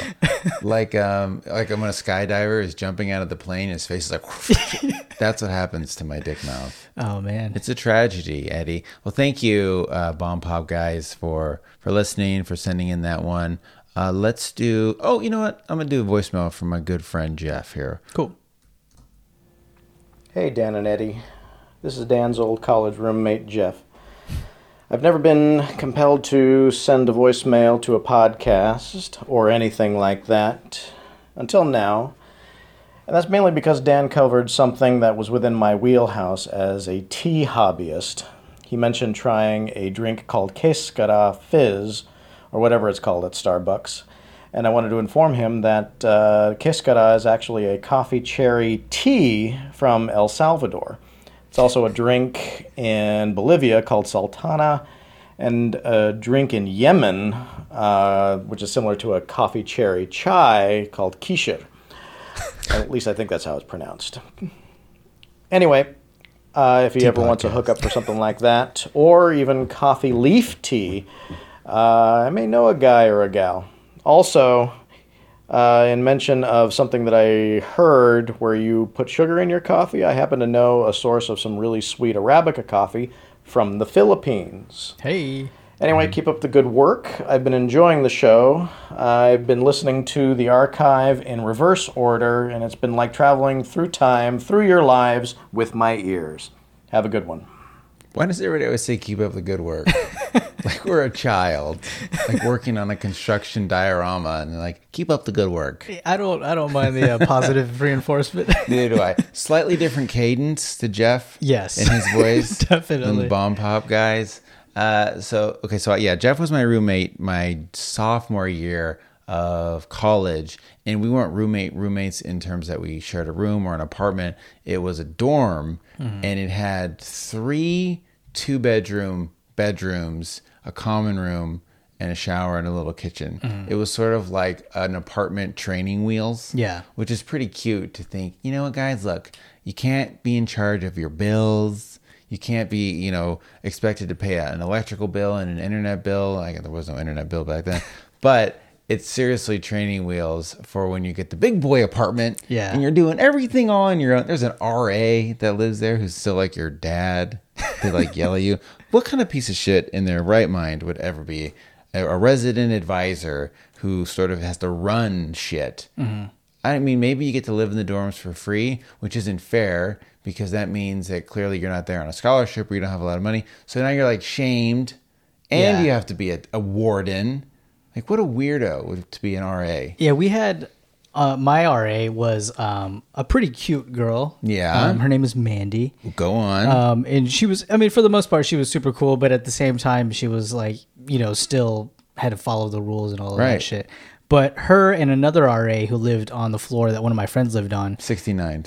like um like when a skydiver is jumping out of the plane, his face is like (laughs) that's what happens to my dick mouth.
oh man.
It's a tragedy, Eddie. Well, thank you, uh, Bomb Pop guys, for for listening, for sending in that one. Uh, let's do. Oh, you know what? I'm gonna do a voicemail from my good friend Jeff here.
cool.
Hey, Dan and Eddie. This is Dan's old college roommate, Jeff. I've never been compelled to send a voicemail to a podcast or anything like that until now. And that's mainly because Dan covered something that was within my wheelhouse as a tea hobbyist. He mentioned trying a drink called Kescara Fizz, or whatever it's called at Starbucks. And I wanted to inform him that uh, Kescara is actually a coffee cherry tea from El Salvador. It's also a drink in Bolivia called Sultana, and a drink in Yemen, uh, which is similar to a coffee cherry chai called kishir. At least I think that's how it's pronounced. Anyway, uh, if you ever want to hook up for something like that, or even coffee leaf tea, uh, I may know a guy or a gal. Also, uh, in mention of something that I heard where you put sugar in your coffee, I happen to know a source of some really sweet Arabica coffee from the Philippines.
Hey.
Anyway, keep up the good work. I've been enjoying the show. I've been listening to the archive in reverse order, and it's been like traveling through time, through your lives, with my ears. Have a good one.
Why does everybody always say keep up the good work? (laughs) like we're a child, like working on a construction diorama, and they're like keep up the good work.
I don't. I don't mind the uh,
(laughs)
positive reinforcement.
Neither do I. Slightly different cadence to Jeff.
Yes.
in his voice, Than
(laughs) Definitely.
the bomb pop guys. Uh, so okay, so yeah, Jeff was my roommate my sophomore year of college, and we weren't roommate roommates in terms that we shared a room or an apartment. It was a dorm,
Mm-hmm.
and it had three two bedroom bedrooms, a common room. And a shower and a little kitchen.
Mm-hmm.
It was sort of like an apartment training wheels
Yeah.
which is pretty cute to think, you know what, guys, look, you can't be in charge of your bills. You can't be, you know, expected to pay an electrical bill and an internet bill. Like there was no internet bill
(laughs)
back then, but it's seriously training wheels for when you get the big boy apartment.
Yeah.
and you're doing everything all on your own. There's an RA that lives there who's still like your dad. They like yell at
(laughs)
you. What kind of piece of shit in their right mind would ever be a, a resident advisor who sort of has to run shit?
Mm-hmm.
I mean, maybe you get to live in the dorms for free, which isn't fair because that means that clearly you're not there on a scholarship or you don't have a lot of money. So now you're like shamed and
Yeah.
you have to be a, a warden. Like, what a weirdo would- to be an RA.
Yeah, we had uh, my RA was um, a pretty cute girl.
Yeah.
um, her name is Mandy.
Go on.
Um, and she was, I mean, for the most part, she was super cool, but at the same time, she was like, you know, still had to follow the rules and all of
Right.
that shit. But her and another RA who lived on the floor that one of my friends lived on. (laughs)
69.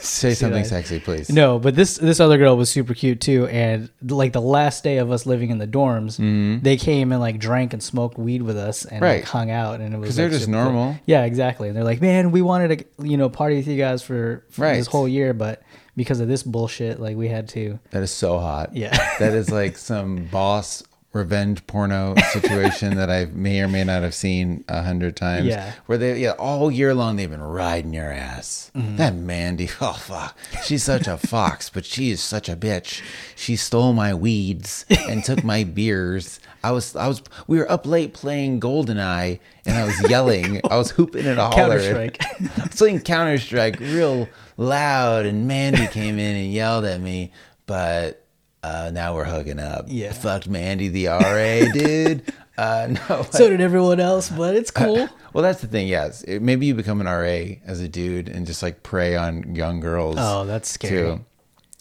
Say
69.
something sexy, please.
No, but this this other girl was super cute too, and like the last day of us living in the dorms, they came and like drank and smoked weed with us and
Mm-hmm. Right.
like hung out, and it was
'Cause they're
like,
just
super cool.
normal.
Yeah, exactly. And they're like, man, we wanted to you know party with you guys for, for
Right.
this whole year, but because of this bullshit, like we had to.
That is so hot.
Yeah.
(laughs) that is like some boss revenge porno situation that I may or may not have seen a hundred times.
Yeah.
Where they yeah, all year long they've been riding your ass.
Mm-hmm.
That Mandy, (laughs) oh fuck. She's such a fox, but she is such a bitch. She stole my weeds and took
(laughs)
my beers. I was I was we were up late playing Goldeneye and I was yelling. I was hooping and hollering.
Counter-Strike.
I (laughs) was playing Counter Strike real loud, and Mandy came in and yelled at me. But uh, now we're hooking up.
Yeah.
fucked Mandy the RA dude. uh, (laughs) no, Uh,
So did everyone else, but it's cool.
(laughs) well that's the thing. Yes, It- maybe you become an RA as a dude and just like prey on young girls.
Oh, that's scary.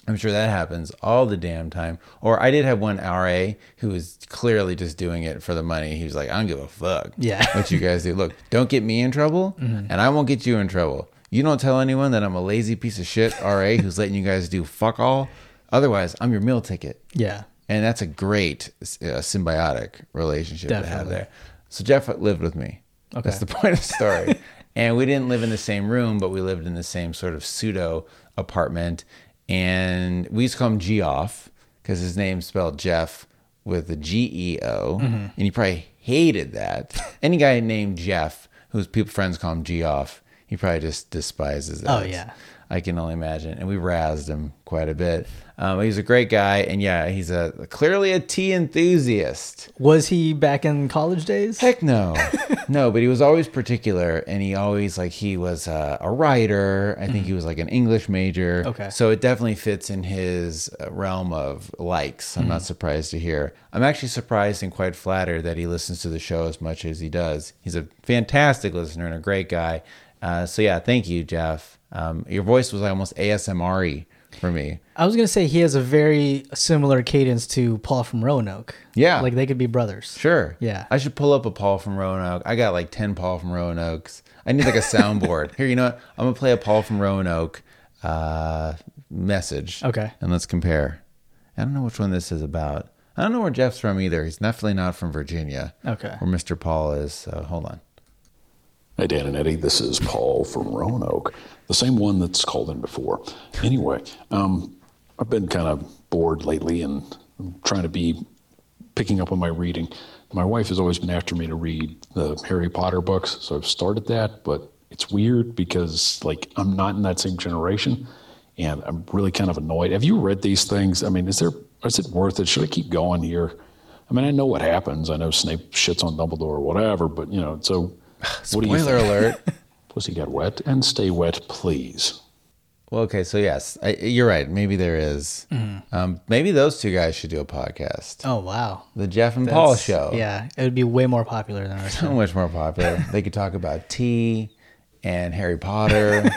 I'm sure that happens all the damn time. Or I did have one RA who was clearly just doing it for the money. He was like, I don't give a fuck
Yeah. Mm-hmm.
what you guys do. Look, don't get me in trouble,
(laughs) Mm.
and I won't get you in trouble. You don't tell anyone that I'm a lazy piece of shit RA who's letting you guys do fuck all. Otherwise, I'm your meal ticket.
Yeah.
And that's a great uh, symbiotic relationship to have
Definitely.
there. So Jeff lived with me. That's
Okay.
the point of the story. and we didn't live in the same room, but we lived in the same sort of pseudo apartment. And we used to call him G off because his name's spelled Jeff with a G E O. And he probably hated that. Any guy named Jeff, whose people friends call him G off, he probably just despises that.
yeah.
I can only imagine. And we razzed him quite a bit. Um, he's a great guy, and yeah, he's a clearly a tea enthusiast.
Was he back in college days?
Heck no, no. But he was always particular, and he always like he was uh, a writer. I think he was like an English major.
Okay.
so it definitely fits in his uh, realm of likes. I'm not surprised to hear. I'm actually surprised and quite flattered that he listens to the show as much as he does. He's a fantastic listener and a great guy. Uh, so yeah, thank you, Jeff. Um, your voice was almost ASMR for me.
(laughs) I was gonna say he has a very similar cadence to Paul from Roanoke.
Yeah.
like they could be brothers.
Sure.
Yeah.
I should pull up a Paul from Roanoke. I got like 10 Paul from Roanoke's. I need like
(laughs)
a soundboard. Here, you know what? I'm going to play a Paul from Roanoke uh, message.
Okay.
And let's compare. I don't know which one this is about. I don't know where Jeff's from either. He's definitely not from Virginia.
Okay.
Where Mr. Paul is. So hold on.
Hey, Dan and Eddie, this is Paul from Roanoke, the same one that's called in before. Anyway, um, I've been kind of bored lately and I'm trying to be picking up on my reading. My wife has always been after me to read the Harry Potter books, so I've started that, but it's weird because like I'm not in that same generation and I'm really kind of annoyed. Have you read these things? I mean, is there is it worth it? Should I keep going here? I mean, I know what happens. I know Snape shits on Dumbledore or whatever, but you know,
(sighs)
so what do you
Spoiler
think?
alert.
(laughs) Pussy got wet and stay wet, please.
Well, okay. So, yes, I, you're right. Maybe there is. Um, maybe those two guys should do a podcast
Mm-hmm. Oh wow,
The Jeff and Paul
That's-
show.
Yeah, it would be way more popular than ours.
(laughs) so much
(laughs)
more popular. they could talk about tea and
(laughs)
Harry Potter.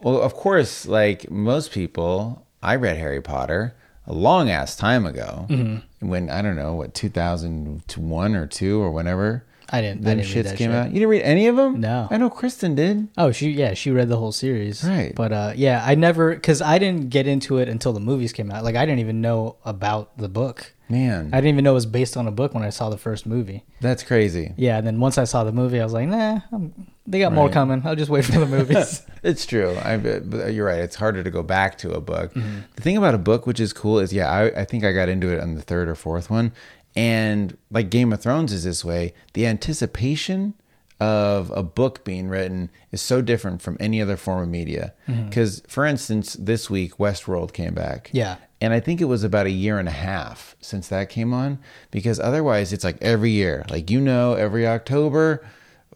well, of course, like most people, I read Harry Potter a long ass time ago.
Mm-hmm.
When I don't know what 2001 or two or whenever
I didn't. I
them
didn't read
shits
that
came
shit.
out. You didn't read any of them?
No.
I know Kristen did.
Oh, she yeah, she read the whole series.
Right.
But uh, yeah, I never because I didn't get into it until the movies came out. Like I didn't even know about the book.
Man,
I didn't even know it was based on a book when I saw the first movie.
that's crazy.
Yeah, and then once I saw the movie, I was like, nah, I'm, they got more coming. I'll just wait
(laughs)
for the movies.
It's true. I, but you're right. It's harder to go back to a book.
Mm-hmm.
The thing about a book, which is cool, is yeah, I, I think I got into it on the third or fourth one. And like Game of Thrones is this way, the anticipation of a book being written is so different from any other form of media.
Mm-hmm.
Because, for instance, this week, Westworld came back.
Yeah.
And I think it was about a year and a half since that came on because otherwise it's like every year, like you know, every October,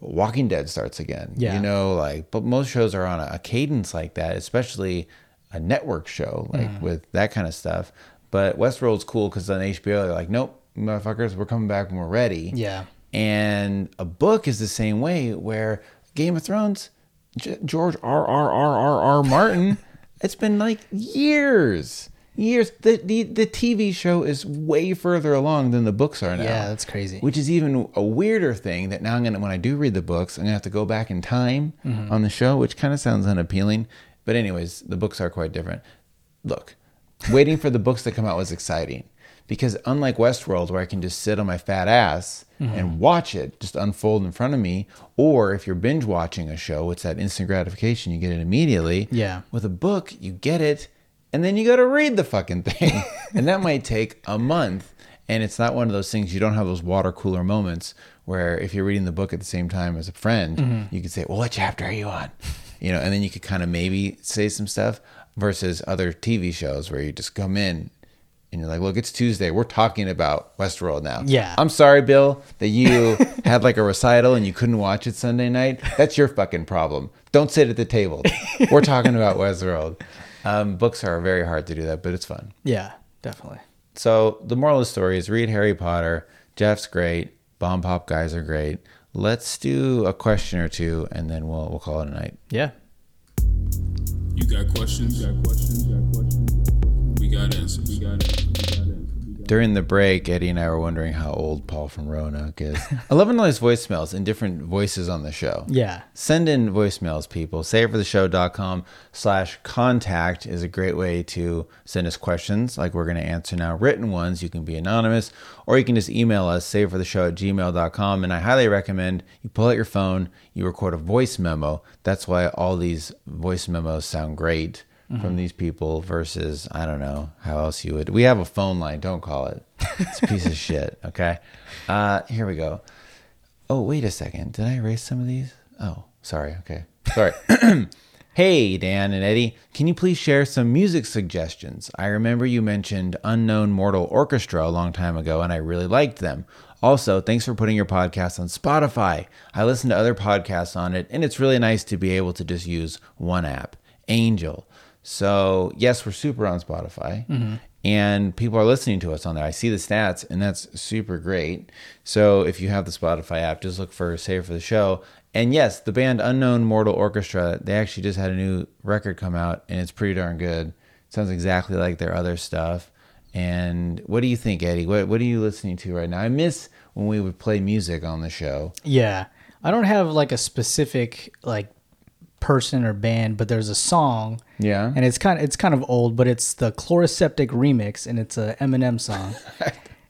Walking Dead starts again.
Yeah.
You know, like, but most shows are on a, a cadence like that, especially a network show, like
Mm.
with that kind of stuff. But Westworld's cool because on HBO, they're like, nope, motherfuckers, we're coming back when we're ready.
Yeah.
And a book is the same way where Game of Thrones, G- George R. R. R. R.
(laughs)
R. Martin, it's been like years. Years. The, the the TV show is way further along than the books are now.
Yeah, that's crazy.
Which is even a weirder thing that now I'm gonna when I do read the books, I'm gonna have to go back in time on the show, which kind of sounds unappealing. But anyways, the books are quite different. Look, waiting for the (laughs) books to come out was exciting because unlike Westworld, where I can just sit on my fat ass and watch it just unfold in front of me, or if you're binge watching a show, it's that instant gratification you get it immediately.
Yeah.
With a book, you get it, and then you got to read the fucking thing, and that might take a month. And it's not one of those things you don't have those water cooler moments where if you're reading the book at the same time as a friend, you can say, "Well, what chapter are you on?" You know, and then you could kind of maybe say some stuff versus other TV shows where you just come in and you're like, "Look, it's Tuesday. We're talking about Westworld now."
Yeah.
I'm sorry, Bill, that you had like a recital and you couldn't watch it Sunday night. That's your fucking problem. Don't sit at the table. We're talking about Westworld. Um, books are very hard to do that, but it's fun.
yeah, definitely.
So the moral of the story is read Harry Potter. Jeff's great. Bomb pop guys are great. Let's do a question or two, and then we'll we'll call it a night.
Yeah.
You got questions? got questions? got questions? We got answers. We got answers. We got answers.
During the break, Eddie and I were wondering how old Paul from Roanoke is. I love when all these voicemails and different voices on the show.
Yeah.
send in voicemails people savefortheshow.com slash contact is a great way to send us questions like we're going to answer now written ones you can be anonymous or you can just email us savefortheshow at gmail.com and i highly recommend you pull out your phone you record a voice memo that's why all these voice memos sound great from these people versus i don't know how else you would we have a phone line don't call it it's a piece of shit (laughs) okay uh here we go Oh, wait a second. Did I erase some of these? Oh, sorry. Okay. Sorry. (clears throat) Hey, Dan and Eddie, can you please share some music suggestions? I remember you mentioned Unknown Mortal Orchestra a long time ago, and I really liked them. Also, thanks for putting your podcast on Spotify. I listen to other podcasts on it, and it's really nice to be able to just use one app, Angel. So, yes, we're super on Spotify, and people are listening to us on there. I see the stats, and that's super great. So, if you have the Spotify app, just look for Save for the Show. And yes, the band Unknown Mortal Orchestra, they actually just had a new record come out, and it's pretty darn good. sounds exactly like their other stuff. And what do you think, Eddie? What, what are you listening to right now? I miss when we would play music on the show.
Yeah. I don't have like a specific like person or band, but there's a song.
Yeah.
And it's kind of it's kind of old, but it's the Chloroseptic remix and it's a Eminem
(laughs)
song.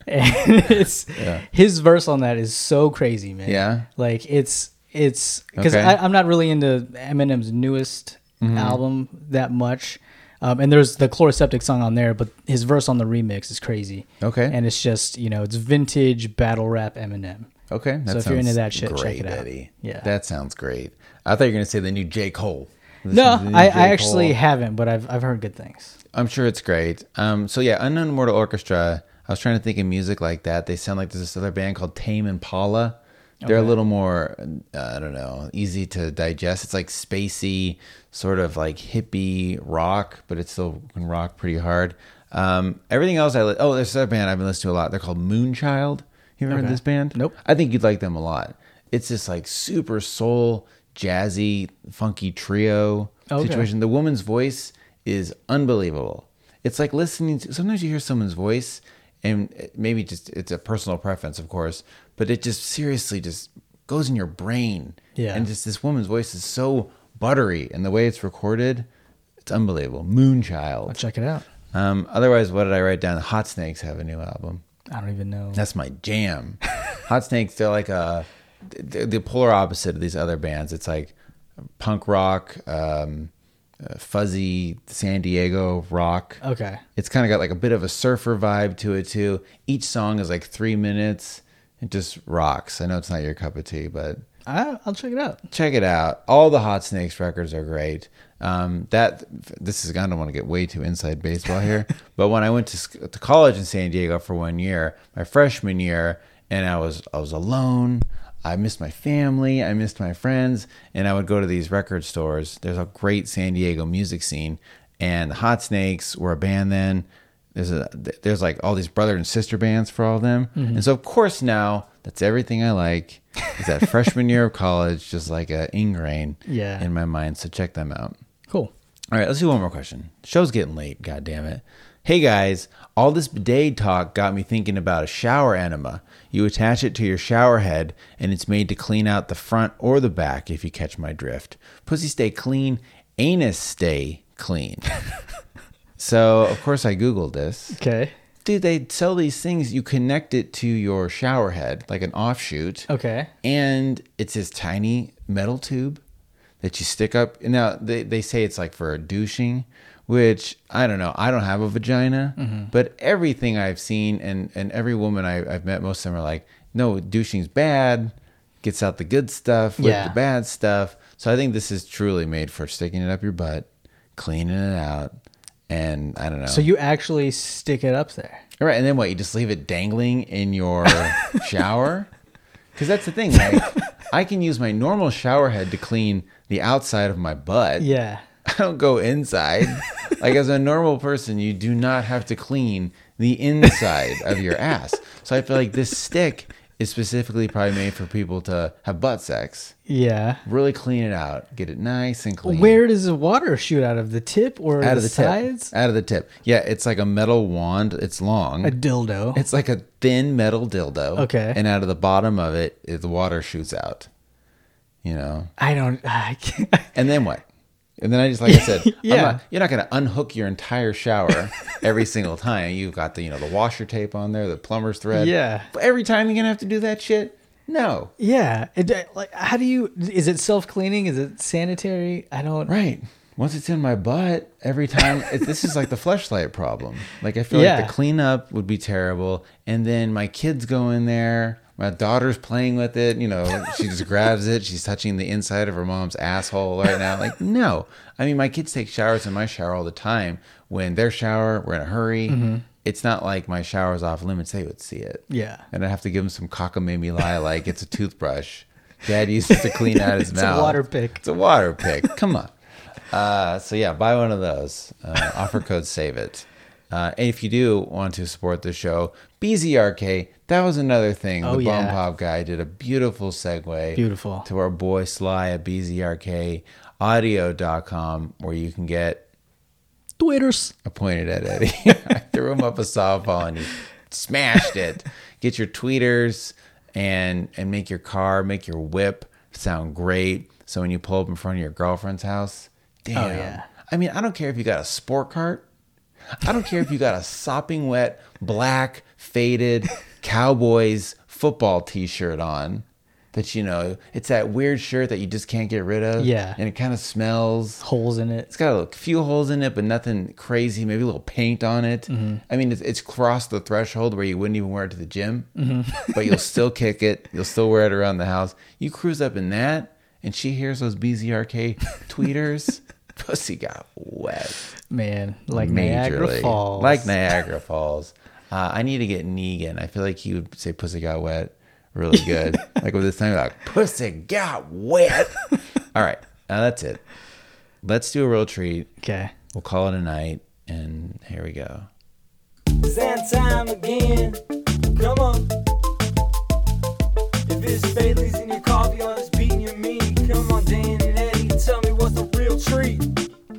and it's his verse on that is so crazy, man.
Yeah.
Like it's it's because
Okay. Mm-hmm.
I'm not really into Eminem's newest album that much. Um, and there's the Chloroseptic song on there, but his verse on the remix is crazy.
Okay.
And it's just, you know, it's vintage battle rap Eminem.
Okay. That
So if you're into
sounds
that shit, check
great,
it out.
Eddie.
Yeah.
That sounds great. I thought you were going to say the new J. Cole.
No,
Listen to the new
I,
J.
I actually
Cole.
haven't, but I've I've heard good things.
I'm sure it's great. Um, so yeah, Unknown Mortal Orchestra. I was trying to think of music like that. They sound like there's this other band called Tame Impala. They're a little more, uh, I don't know, easy to digest. It's like spacey, sort of like hippie rock, but it still can rock pretty hard. Um, everything else I li- oh, there's another band I've been listening to a lot. They're called Moonchild. You ever heard
Okay.
this band?
Nope.
I think you'd like them a lot. It's this like super soul, jazzy, funky trio
Okay.
situation. The woman's voice is unbelievable. It's like listening to sometimes you hear someone's voice and maybe just it's a personal preference, of course, but it just seriously just goes in your brain.
Yeah.
And just this woman's voice is so buttery and the way it's recorded, it's unbelievable. Moonchild.
I'll check it out.
Um, otherwise, what did I write down? Hot Snakes have a new album.
I don't even know.
That's my jam. Hot Snakes, they're like a the, the polar opposite of these other bands. It's like punk rock, um, uh, fuzzy San Diego rock.
Okay.
It's kind of got like a bit of a surfer vibe to it too. Each song is like three minutes. It just rocks. I know it's not your cup of tea, but
I, I'll check it out.
check it out. All the Hot Snakes records are great. Um, that this is I don't want to get way too inside baseball here, but when I went to, sc- to college in San Diego for one year, my freshman year, and I was I was alone. I missed my family. I missed my friends, and I would go to these record stores. There's a great San Diego music scene, and the Hot Snakes were a band then there's a th- there's like all these brother and sister bands for all of them and so of course now that's everything i like is that freshman year of college just like a ingrain
Yeah.
in my mind so check them out
Cool.
all right let's do one more question show's getting late god damn it hey guys all this bidet talk got me thinking about a shower enema you attach it to your shower head and it's made to clean out the front or the back if you catch my drift pussy stay clean anus stay
(laughs)
clean so of course i googled this
Okay.
dude, they sell these things. You connect it to your shower head, like an offshoot.
Okay.
And it's this tiny metal tube that you stick up. Now, they, they say it's like for douching, which I don't know. I don't have a vagina,
Mm-hmm.
but everything I've seen and, and every woman I, I've met, most of them are like, no, douching's bad, gets out the good stuff with
Yeah.
the bad stuff. So I think this is truly made for sticking it up your butt, cleaning it out. And I don't know.
So you actually stick it up there.
All right, and then what? You just leave it dangling in your
(laughs)
shower? Because that's the thing. Like, I can use my normal shower head to clean the outside of my butt.
Yeah.
I don't go inside. like as a normal person, you do not have to clean the inside of your ass. So I feel like this stick is specifically probably made for people to have butt sex.
Yeah.
Really clean it out, get it nice and clean.
Where does the water shoot out of? The tip or
out
the,
of the
sides?
tip? Out of the tip. Yeah, it's like a metal wand. It's long.
A dildo.
It's like a thin metal dildo.
Okay.
And out of the bottom of it, it- the water shoots out. You know.
I don't. I can't.
And then what? And then I just like
(laughs)
I said, I'm
Yeah.
not- you're not going to unhook your entire shower every single time. You've got the you know the washer tape on there, the plumber's thread.
Yeah.
But every time you're going to have to do that shit. No.
uh, Yeah. It, like, how do you? Is it self cleaning? Is it sanitary? I don't.
Right. once it's in my butt, every time it, this is like the fleshlight problem. Like I feel
Yeah.
like the cleanup would be terrible, and then my kids go in there. My daughter's playing with it. You know, she just grabs it. She's touching the inside of her mom's asshole right now. Like no, I mean my kids take showers in my shower all the time. When their shower, we're in a hurry.
Mm-hmm.
It's not like my shower's off limits. They would see it.
Yeah.
and I have to give them some cockamamie lie like it's a toothbrush. Dad uses to clean out
(laughs)
his
It's a
mouth.
water pick.
It's a
(laughs)
water pick. Come on. Uh, so yeah, buy one of those. Uh, offer code save it. Uh, and if you do want to support the show, BZRK, that was another thing.
Oh,
the
yeah.
Bomb Pop guy did a beautiful segue.
Beautiful.
To our boy Sly at BZRKaudio.com, where you can get
Twitters.
I pointed at Eddie. (laughs) I threw him up a softball and he smashed it. Get your tweeters and and make your car, make your whip sound great. So when you pull up in front of your girlfriend's house, damn.
Oh, yeah.
I mean, I don't care if you got a sport cart. I don't care if you got a sopping wet, black, faded Cowboys football t-shirt on. That you know, it's that weird shirt that you just can't get rid of.
Yeah.
And it kind of smells.
Holes in it.
It's got a few holes in it, but nothing crazy. Maybe a little paint on it.
Mm-hmm.
I mean, it's, it's crossed the threshold where you wouldn't even wear it to the gym,
Mm-hmm.
but you'll
(laughs)
still kick it. You'll still wear it around the house. You cruise up in that, and she hears
(laughs)
those BZRK tweeters. Pussy got wet.
Man, like Niagara
majorly.
Falls.
Like Niagara Falls. Uh, I need to get Negan. I feel like he would say pussy got wet really
(laughs)
good. like with this thing, like, pussy got wet. All right. Now that's it. Let's do a real treat
Okay.
we'll call it a night and here we go
It's that time again. Come on. If it's Bailey's in your coffee or it's beating your meat, come on, Dan and Eddie, tell me what's the real treat.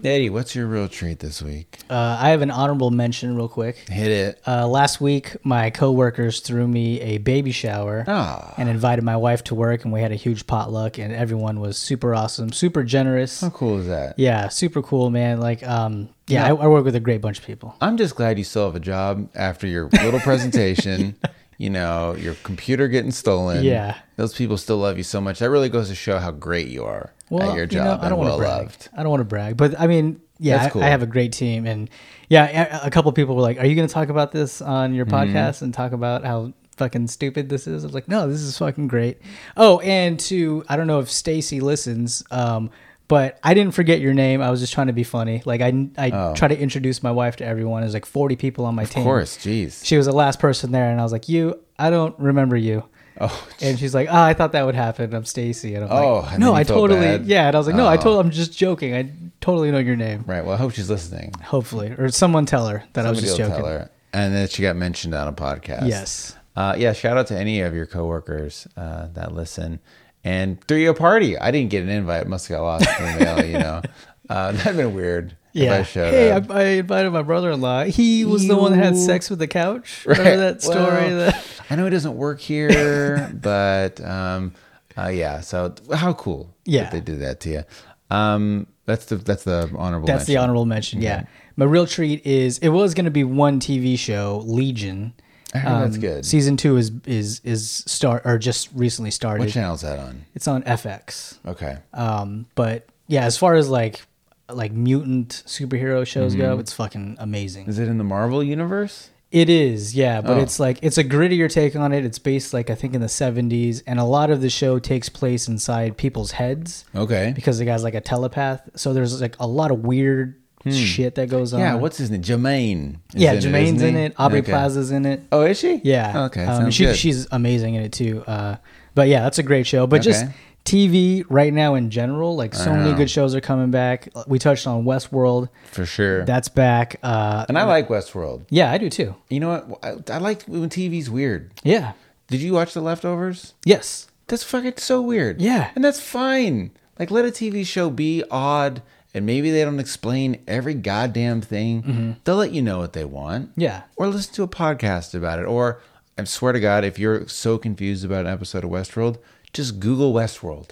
eddie what's your real treat this week
Uh, I have an honorable mention, real quick.
hit it
Uh, last week, my coworkers threw me a baby shower
Ah.
and invited my wife to work, and we had a huge potluck, and everyone was super awesome, super generous.
how cool is that
Yeah, super cool, man. Like, um, yeah, I, I work with a great bunch of people.
i'm just glad you still have a job after your
(laughs)
little presentation you know your computer getting stolen
Yeah.
those people still love you so much that really goes to show how great you are at your
you
job
know,
and
wanna
well
brag.
loved
I don't want to brag, but I mean, yeah,
That's
I-
cool.
I, have a great team, and yeah, a, a couple people were like, "Are you going to talk about this on your
Mm-hmm.
podcast and talk about how fucking stupid this is?" I was like, "No, this is fucking great." Oh, and to I don't know if Stacy listens, um, but I didn't forget your name. I was just trying to be funny. Like I, I try to introduce my wife to everyone. There's like 40 people on my team.
Oh. of course jeez
she was the last person there, and I was like, "You, I don't remember you."
oh
And she's like, "Ah, I thought that would happen. I'm Stacy." And I'm
Oh,
like,
and
"No,
then you
I
felt
totally
bad?
yeah." And I was like, "No, I
Oh.
totally. I'm just joking. I totally know your name.
right well i hope she's listening
Hopefully, or someone tell her that I was just
Somebody will
joking."
tell her. and then she got mentioned on a podcast
Yes.
Uh, yeah, shout out to any of your coworkers uh, that listen and threw you a party. I didn't get an invite; must have got lost in the mail.
(laughs)
You know, uh, that'd been weird.
Yeah.
If I showed
hey,
up.
I, I invited my brother-in-law. He was the one that had sex with the couch.
Right.
Remember that story?
Well,
that-
I know it doesn't work
(laughs)
here, but um, uh, yeah. So how cool?
Yeah.
that they did that to you. Um, that's the that's the honorable.
That's the
mention.
honorable mention. Yeah. My real treat is it was going to be one TV show, Legion. Um,
I heard that's good.
Season two is is is start or just recently started.
What channel's that on?
It's on FX.
Okay,
Um, but yeah, as far as like like mutant superhero shows go, it's fucking amazing.
Mm-hmm. is it in the Marvel universe?
It is, yeah, but
Oh.
it's like it's a grittier take on it. It's based like I think in the '70s, and a lot of the show takes place inside people's heads
Okay.
because the guy's like a telepath. So there's like a lot of weird shit that goes on.
Hmm. yeah, what's his name? Jermaine. is
yeah?
in it,
Jermaine's
isn't
in
he?
it. Aubrey
Okay.
Plaza's in it.
Oh, is she?
Yeah.
Okay.
Um,
sounds
she,
good.
She's amazing in it too. Uh, but yeah, that's a great show. But just
Okay.
TV right now in general, like so many good shows are coming back. We touched on Westworld.
for sure.
That's back. Uh,
And I like Westworld.
yeah, I do too.
You know what? I, I like when TV's weird.
Yeah.
Did you watch The Leftovers?
Yes.
That's fucking so weird.
Yeah.
And that's fine. Like, let a TV show be odd and maybe they don't explain every goddamn thing.
Mm-hmm.
They'll let you know what they want.
Yeah.
Or listen to a podcast about it. Or I swear to God, if you're so confused about an episode of Westworld, just Google Westworld.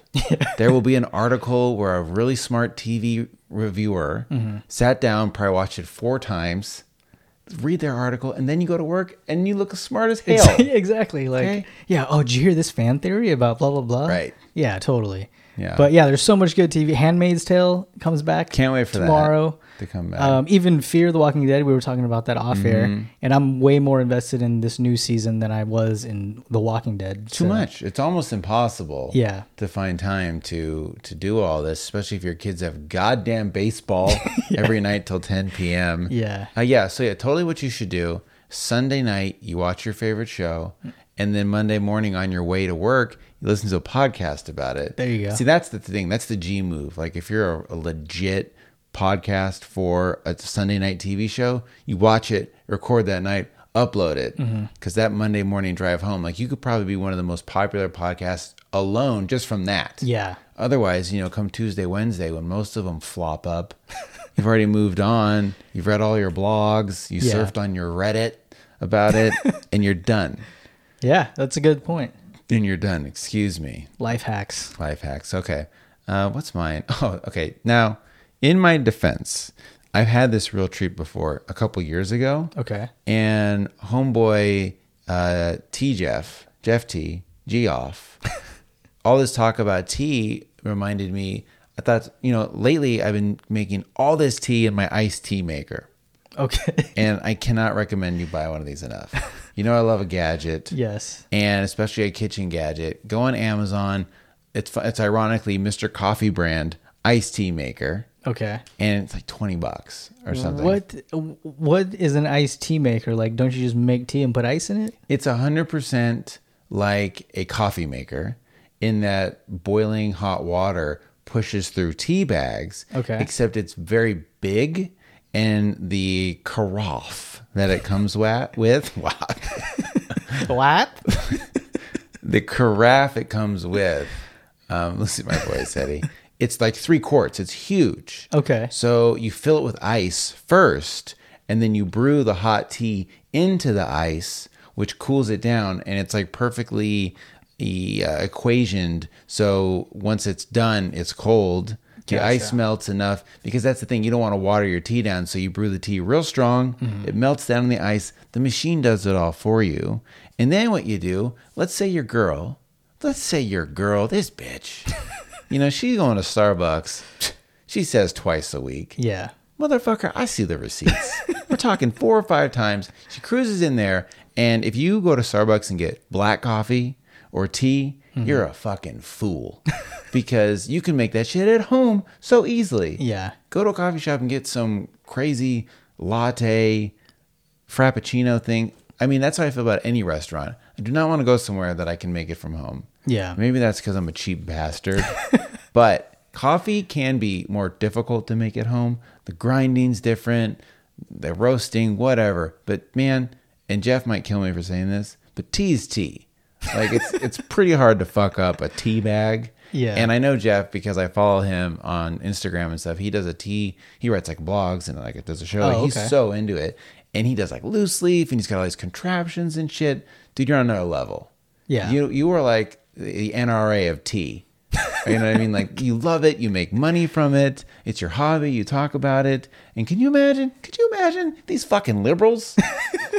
there will be an article where a really smart TV reviewer sat down, probably watched it four times, read their article, and then you go to work and you look as smart as hell.
exactly. Like,
Okay.
yeah. Oh, did you hear this fan theory about blah blah blah?
Right.
Yeah, totally.
Yeah.
But yeah, there's so much good TV. Handmaid's Tale comes back.
Can't wait for that
tomorrow.
to come back. Mm-hmm.
Um, even Fear the Walking Dead, we were talking about that off air, and I'm way more invested in this new season than I was in The Walking Dead.
Too much. It's almost impossible.
Yeah.
To find time to to do all this, especially if your kids have
(laughs)
goddamn baseball every night till 10 p.m.
Yeah.
Uh, yeah. So yeah, totally. What you should do Sunday night, you watch your favorite show, and then Monday morning on your way to work, you listen to a podcast about it.
There you go.
See, that's the thing. That's the G move. Like if you're a, a legit podcast for a Sunday night TV show, you watch it, record that night, upload it.
Mm-hmm.
Because that Monday morning drive home, like you could probably be one of the most popular podcasts alone just from that.
Yeah.
Otherwise, you know, come Tuesday, Wednesday, when most of them flop up, (laughs) you've already moved on. You've read all your blogs. You
Yeah.
surfed on your Reddit
(laughs)
about it, and you're done.
Yeah, that's a good point.
And you're done. Excuse me.
Life hacks.
Life hacks. Okay. Uh, what's mine? (laughs) Oh, okay. Now, in my defense, I've had this real treat before a couple years ago.
Okay.
And homeboy uh, T Jeff, Jeff T,
(laughs)
G off. all this talk about tea reminded me. I thought, you know, lately I've been making all this tea in my iced tea maker.
Okay.
And I cannot recommend you buy one of
(laughs)
these enough. You know, I love a gadget
yes.
and especially a kitchen gadget. Go on Amazon. It's fu- it's ironically Mr. Coffee brand iced tea maker,
Okay.
and it's like twenty bucks or something.
What what is an iced tea maker like? Don't you just make tea and put ice in it?
It's hundred percent like a coffee maker in that boiling hot water pushes through tea bags.
Okay.
except it's very big, and the carafe that it comes wa- with. (laughs) Wow.
What?
the carafe it comes with. Um, listen to my voice, Eddie. It's like three quarts. It's huge.
Okay.
So you fill it with ice first, and then you brew the hot tea into the ice, which cools it down, and it's like perfectly uh, equationed. So once it's done, it's cold. The ice melts enough because that's the thing. You don't want to water your tea down, so you brew the tea real strong. It melts down in the ice. The machine does it all for you. And then what you do? Let's say your girl. Let's say your girl.
(laughs)
This bitch. you know she's going to Starbucks. She says twice a week.
Yeah.
Motherfucker, I see the receipts. We're talking four or five times. She cruises in there, and if you go to Starbucks and get black coffee or tea,
Mm-hmm.
you're a fucking fool (laughs) because you can make that shit at home so easily.
Yeah.
Go to a coffee shop and get some crazy latte, frappuccino thing. I mean, that's how I feel about any restaurant. I do not want to go somewhere that I can make it from home.
Yeah.
Maybe that's because I'm a cheap bastard. (laughs) but coffee can be more difficult to make at home. The grinding's different, the roasting, whatever. But man, and Jeff might kill me for saying this, but tea's tea. Like it's (laughs) it's pretty hard to fuck up a tea bag.
Yeah.
And I know Jeff because I follow him on Instagram and stuff. He does a tea, he writes like blogs and like does a show. Like, He's
Oh, okay.
so into it. And he does like loose leaf and he's got all these contraptions and shit. Dude, you're on another level.
Yeah.
You you are like the NRA of tea. you know what I mean? Like you love it, you make money from it, it's your hobby, you talk about it. And can you imagine? Could you imagine these
(laughs)
fucking liberals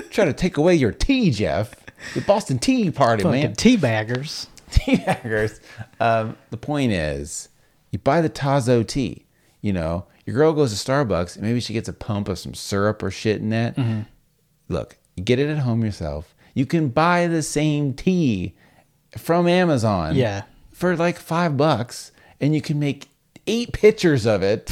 try to take away your tea, Jeff? The Boston Tea Party, man.
Fucking tea baggers.
tea (laughs) baggers. Um, the point is, you buy the Tazo tea. You know, your girl goes to Starbucks and maybe she gets a pump of some syrup or shit in that. Look, you get it at home yourself. You can buy the same tea from Amazon.
Yeah.
For like five bucks, and you can make eight pitchers of it.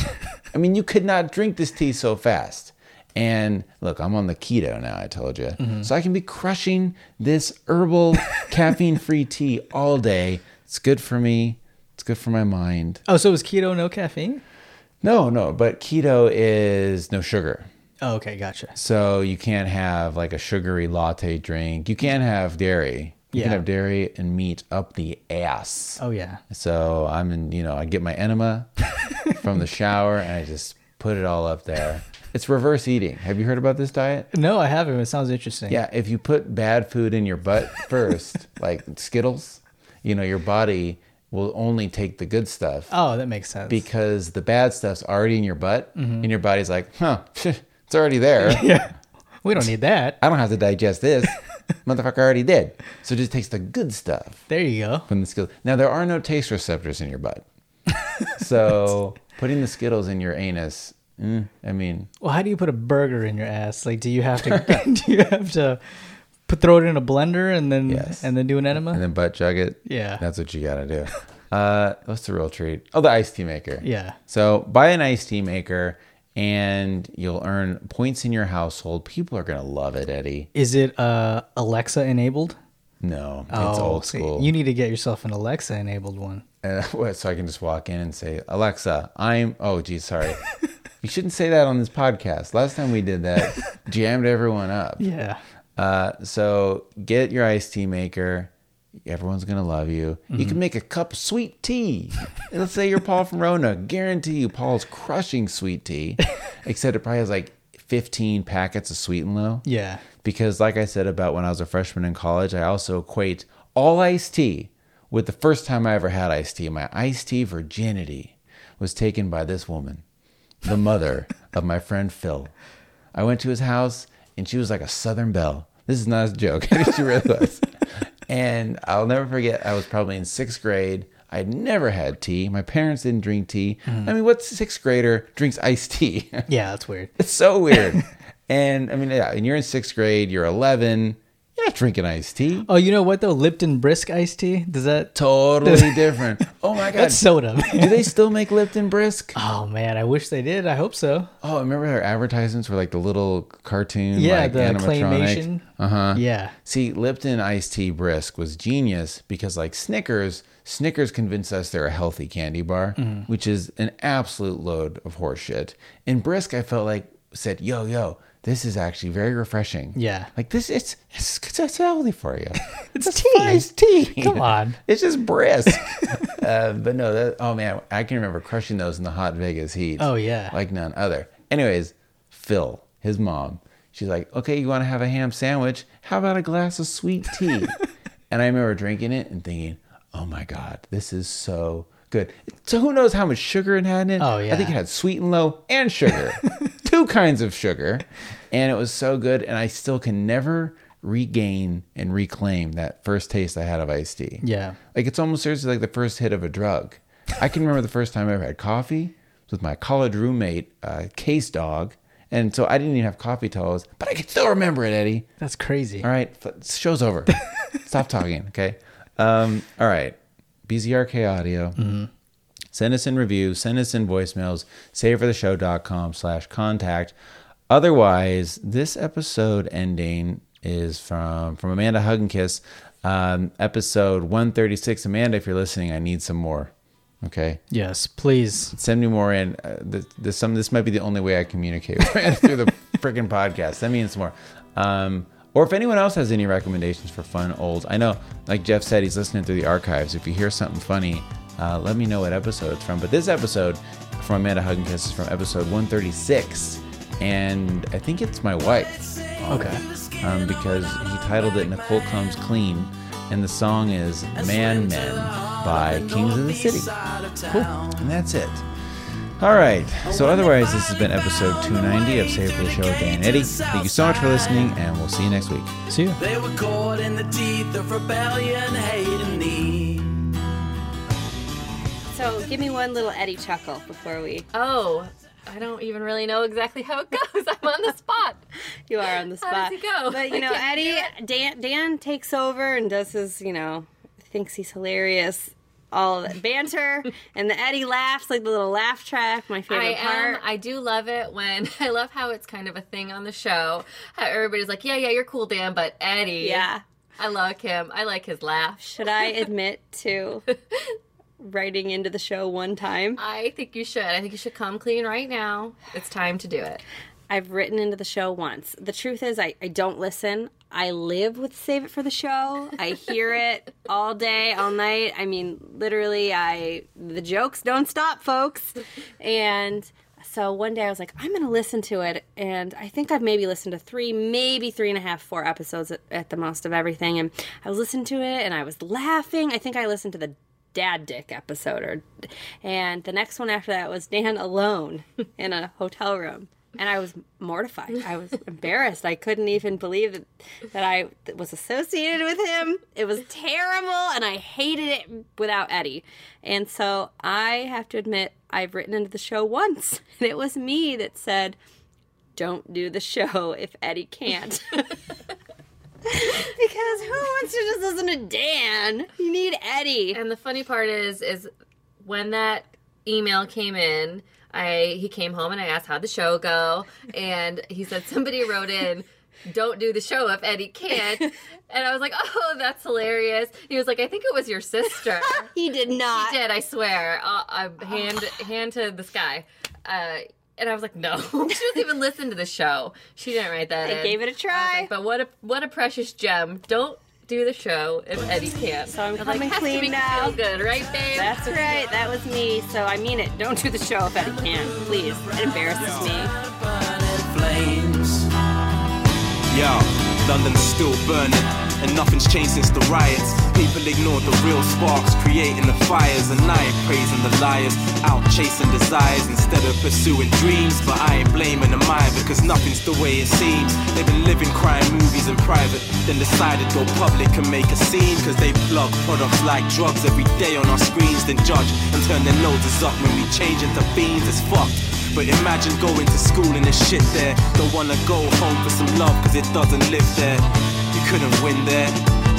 I mean, you could not drink this tea so fast. And look, I'm on the keto now, I told you. So I can be crushing this herbal caffeine free tea all day. It's good for me, it's good for my mind.
Oh, so is keto no caffeine?
No, no, but keto is no sugar.
Oh, okay, gotcha.
So you can't have like a sugary latte drink. You can't have dairy. You can
Yeah.
have dairy and meat up the ass.
Oh yeah.
So I'm in, you know, I get my enema from the shower and I just put it all up there. It's reverse eating. Have you heard about this diet?
No, I haven't. It sounds interesting.
Yeah, if you put bad food in
(laughs)
your butt first, like Skittles, you know, your body will only take the good stuff
Oh, that makes sense. Mm-hmm.
because the bad stuff's already in your butt and your body's like, huh, (laughs) it's already there.
(laughs) yeah. We don't need that.
I don't have to
(laughs)
digest this. Motherfucker already did. So it just takes the good stuff
There you go. (laughs)
from the skill. Now there are no taste receptors in your butt. So putting the Skittles in your anus, mm, I mean,
Well, how do you put a burger in your ass? Like, do you have to? (laughs) do you have to put, throw it in a blender and then
Yes.
and then do an enema?
and then butt chug it.
Yeah.
That's what you gotta do. (laughs) Uh, what's the real treat? Oh, the iced tea maker.
Yeah.
So buy an iced tea maker and you'll earn points in your household. People are gonna love it, Eddie.
Is it uh, Alexa enabled?
No, it's
Oh,
old
see,
school.
you need to get yourself an Alexa enabled one.
Uh, (laughs) what, so I can just walk in and say, Alexa, I'm. Oh,
(laughs)
geez, sorry. you shouldn't say that on this podcast. Last time we
(laughs)
did that, jammed everyone up.
Yeah.
Uh, so get your iced tea maker. Everyone's gonna love you.
Mm-hmm.
You can make a cup of sweet tea. And Let's say you're Paul from Rona. Guarantee you, Paul's crushing sweet
(laughs)
tea. Except it probably has like 15 packets of Sweet and Low.
Yeah.
Because, like I said about when I was a freshman in college, I also equate all iced tea with the first time I ever had iced tea. My iced tea virginity was taken by this woman, the mother of my friend Phil. I went to his house and she was like a Southern Belle. This is not a joke. (laughs) I didn't realize. And I'll never forget, I was probably in sixth grade. I'd never had tea. My parents didn't drink tea. I mean, what sixth grader drinks iced tea? (laughs)
Yeah, that's weird.
It's
(laughs)
so weird. and I mean, yeah, and you're in sixth grade, you're 11, you're not drinking iced tea.
Oh, you know what though? Lipton brisk iced tea. Does that?
Totally
(laughs)
different. Oh my God.
That's soda.
Do they still make Lipton Brisk?
oh man, I wish they did. I hope so.
Oh, I remember their advertisements were like the little cartoon,
Yeah,
like
the claymation.
animatronic. Uh huh.
Yeah.
See, Lipton iced tea brisk was genius because, like Snickers, Snickers convinced us they're a healthy candy bar,
Mm-hmm.
which is an absolute load of horseshit. And brisk, I felt like said, "Yo, yo, this is actually very refreshing."
Yeah.
like this, it's it's, it's healthy for you.
(laughs) It's tea.
It's tea.
Come on.
(laughs) It's just
(laughs)
brisk. uh, but no, that, oh man, I can remember crushing those in the hot Vegas heat.
Oh, yeah.
Like none other. Anyways, Phil, his mom, she's like, okay, you want to have a ham sandwich? How about a glass of sweet
(laughs)
tea? and I remember drinking it and thinking, oh my God, this is so good. So who knows how much sugar it had in it?
Oh,
I
yeah.
think it had sweet and low
(laughs)
and sugar, two kinds of sugar. And it was so good. And I still can never regain and reclaim that first taste I had of iced tea.
Yeah.
Like it's almost seriously like the first hit of a drug. I can remember the first time I ever had coffee was with my college roommate, uh, Case Dog. And so I didn't even have coffee till I was, but I can still remember it, Eddie.
That's crazy.
All right, f- show's over.
(laughs)
Stop talking, okay? Um, all right, BZRK Audio.
Mm-hmm.
Send us in reviews, send us in voicemails, savefortheshow.com slash contact. Otherwise, this episode ending is from, from Amanda Hugginkiss, um, episode 136. Amanda, if you're listening, I need some more, okay?
Yes, please.
send me more in. Uh, the, the, some this might be the only way I communicate (laughs) through the freaking podcast. Send me in some more. Um, or if anyone else has any recommendations for fun old, I know, like Jeff said, he's listening through the archives. If you hear something funny, uh, let me know what episode it's from. But this episode from Amanda Hugginkiss is from episode 136, and I think it's my wife
Okay.
um, because he titled it Nicole Comes Clean, and the song is Man Men by Kings of the City. Cool. And that's it. All right. So, otherwise, this has been episode 290 of Save for the Show with Dan and Eddie. Thank you so much for listening, and we'll see you next week.
See ya.
They were caught in the teeth of rebellion, hate, and need.
So give me one little Eddie chuckle before we.
Oh, I don't even really know exactly how it (laughs) goes. I'm on the spot.
You are on the spot.
How does it go?
But you know,
I can't
Eddie, Dan, Dan takes over and does his, you know, thinks he's hilarious. All that banter
(laughs)
and the Eddie laughs like the little laugh track. My
I
favorite
am.
part.
I do love it when (laughs) I love how it's kind of a thing on the show. How everybody's like, yeah, yeah, you're cool, Dan, but Eddie.
yeah.
I like him. I like his laugh. (laughs)
Should I admit to writing into the show one time?
I think you should. I think you should come clean right now. It's time to do it.
I've written into the show once. The truth is, I, I don't listen. I live with Save It for the Show. I
(laughs)
hear it all day, all night. I mean, literally, I the jokes don't stop, folks. And so one day I was like, I'm going to listen to it. And I think I've maybe listened to three, maybe three and a half, four episodes at, at the most of everything. And I was listening to it and I was laughing. I think I listened to the dad dick (laughs) episode or and the next one after that was dan alone in a hotel room and I was mortified. I was embarrassed. I couldn't even believe that, that I was associated with him. It was terrible, and I hated it without Eddie. And so I have to admit, I've written into the show once, (laughs) and it was me that said, "Don't do the show if Eddie
(laughs)
can't." because who wants to just listen to Dan? You need Eddie.
And the funny part is, is when that email came in, I he came home and I asked how the show go, and he said somebody wrote in. Don't do the show if Eddie can't. And I was like, oh, that's hilarious. He was like, I think it was your sister.
(laughs) he did not.
He did, I swear. Uh, uh, hand, hand to the sky. Uh, and I was like, no, (laughs) she doesn't even listen to the show. She didn't write that.
I
in.
gave it a try.
But what a what a precious gem. Don't do the show if Eddie can't. So I'm
coming clean now.
good, right, babe?
That's right. That was me. So I mean it. Don't do the show if Eddie can. Please. It embarrasses me.
flames.
Yo, London's still burning, and nothing's changed since the riots. People ignore the real sparks, creating the fires, and I ain't praising the liars. Out chasing desires instead of pursuing dreams. But I ain't blaming the mind because nothing's the way it seems. They've been living crime movies in private, then decided go public and make a scene. Cause they plug products like drugs every day on our screens, then judge and turn their noses up when we change into fiends. It's fucked. But imagine going to school and the shit there. Don't wanna go home for some love, cause it doesn't live there. You couldn't win there,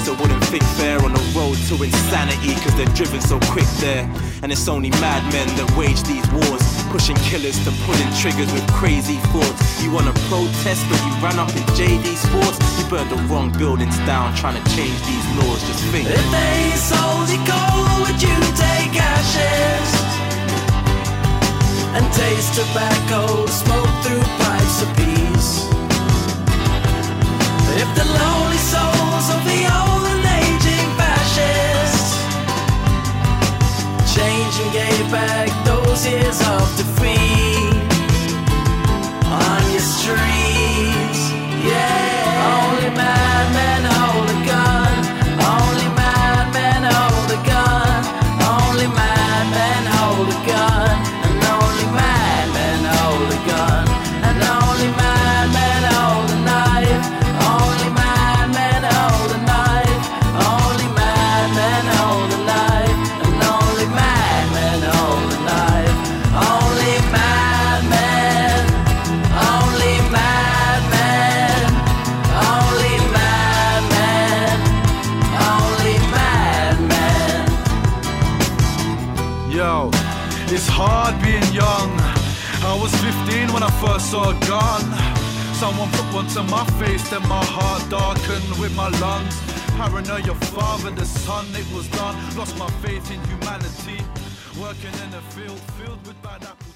so wouldn't think fair on the road to insanity, cause they're driven so quick there. And it's only madmen that wage these wars, pushing killers to pulling triggers with crazy thoughts. You wanna protest, but you ran up in JD Sports. You burned the wrong buildings down, trying to change these laws, just think.
If they sold you gold, would you take ashes? And taste tobacco, smoke through pipes apiece. If the lonely souls of the old and aging fascists changed and gave back those years of defeat on your streets, yeah. Only madmen hold a gun. Only madmen hold a gun. Only madmen hold a gun. And only madmen hold a gun. And only madmen hold a knife. Only madmen hold a knife. Only madmen hold a knife. And only madmen hold a knife. Only madmen. Only madmen. Only madmen. Only madmen.
Yo, it's hard being young. I was 15 when I first saw a gun. Someone put one to my face, then my heart darkened with my lungs. Paranoia, father, the son, it was done. Lost my faith in humanity. Working in a field filled with bad apples.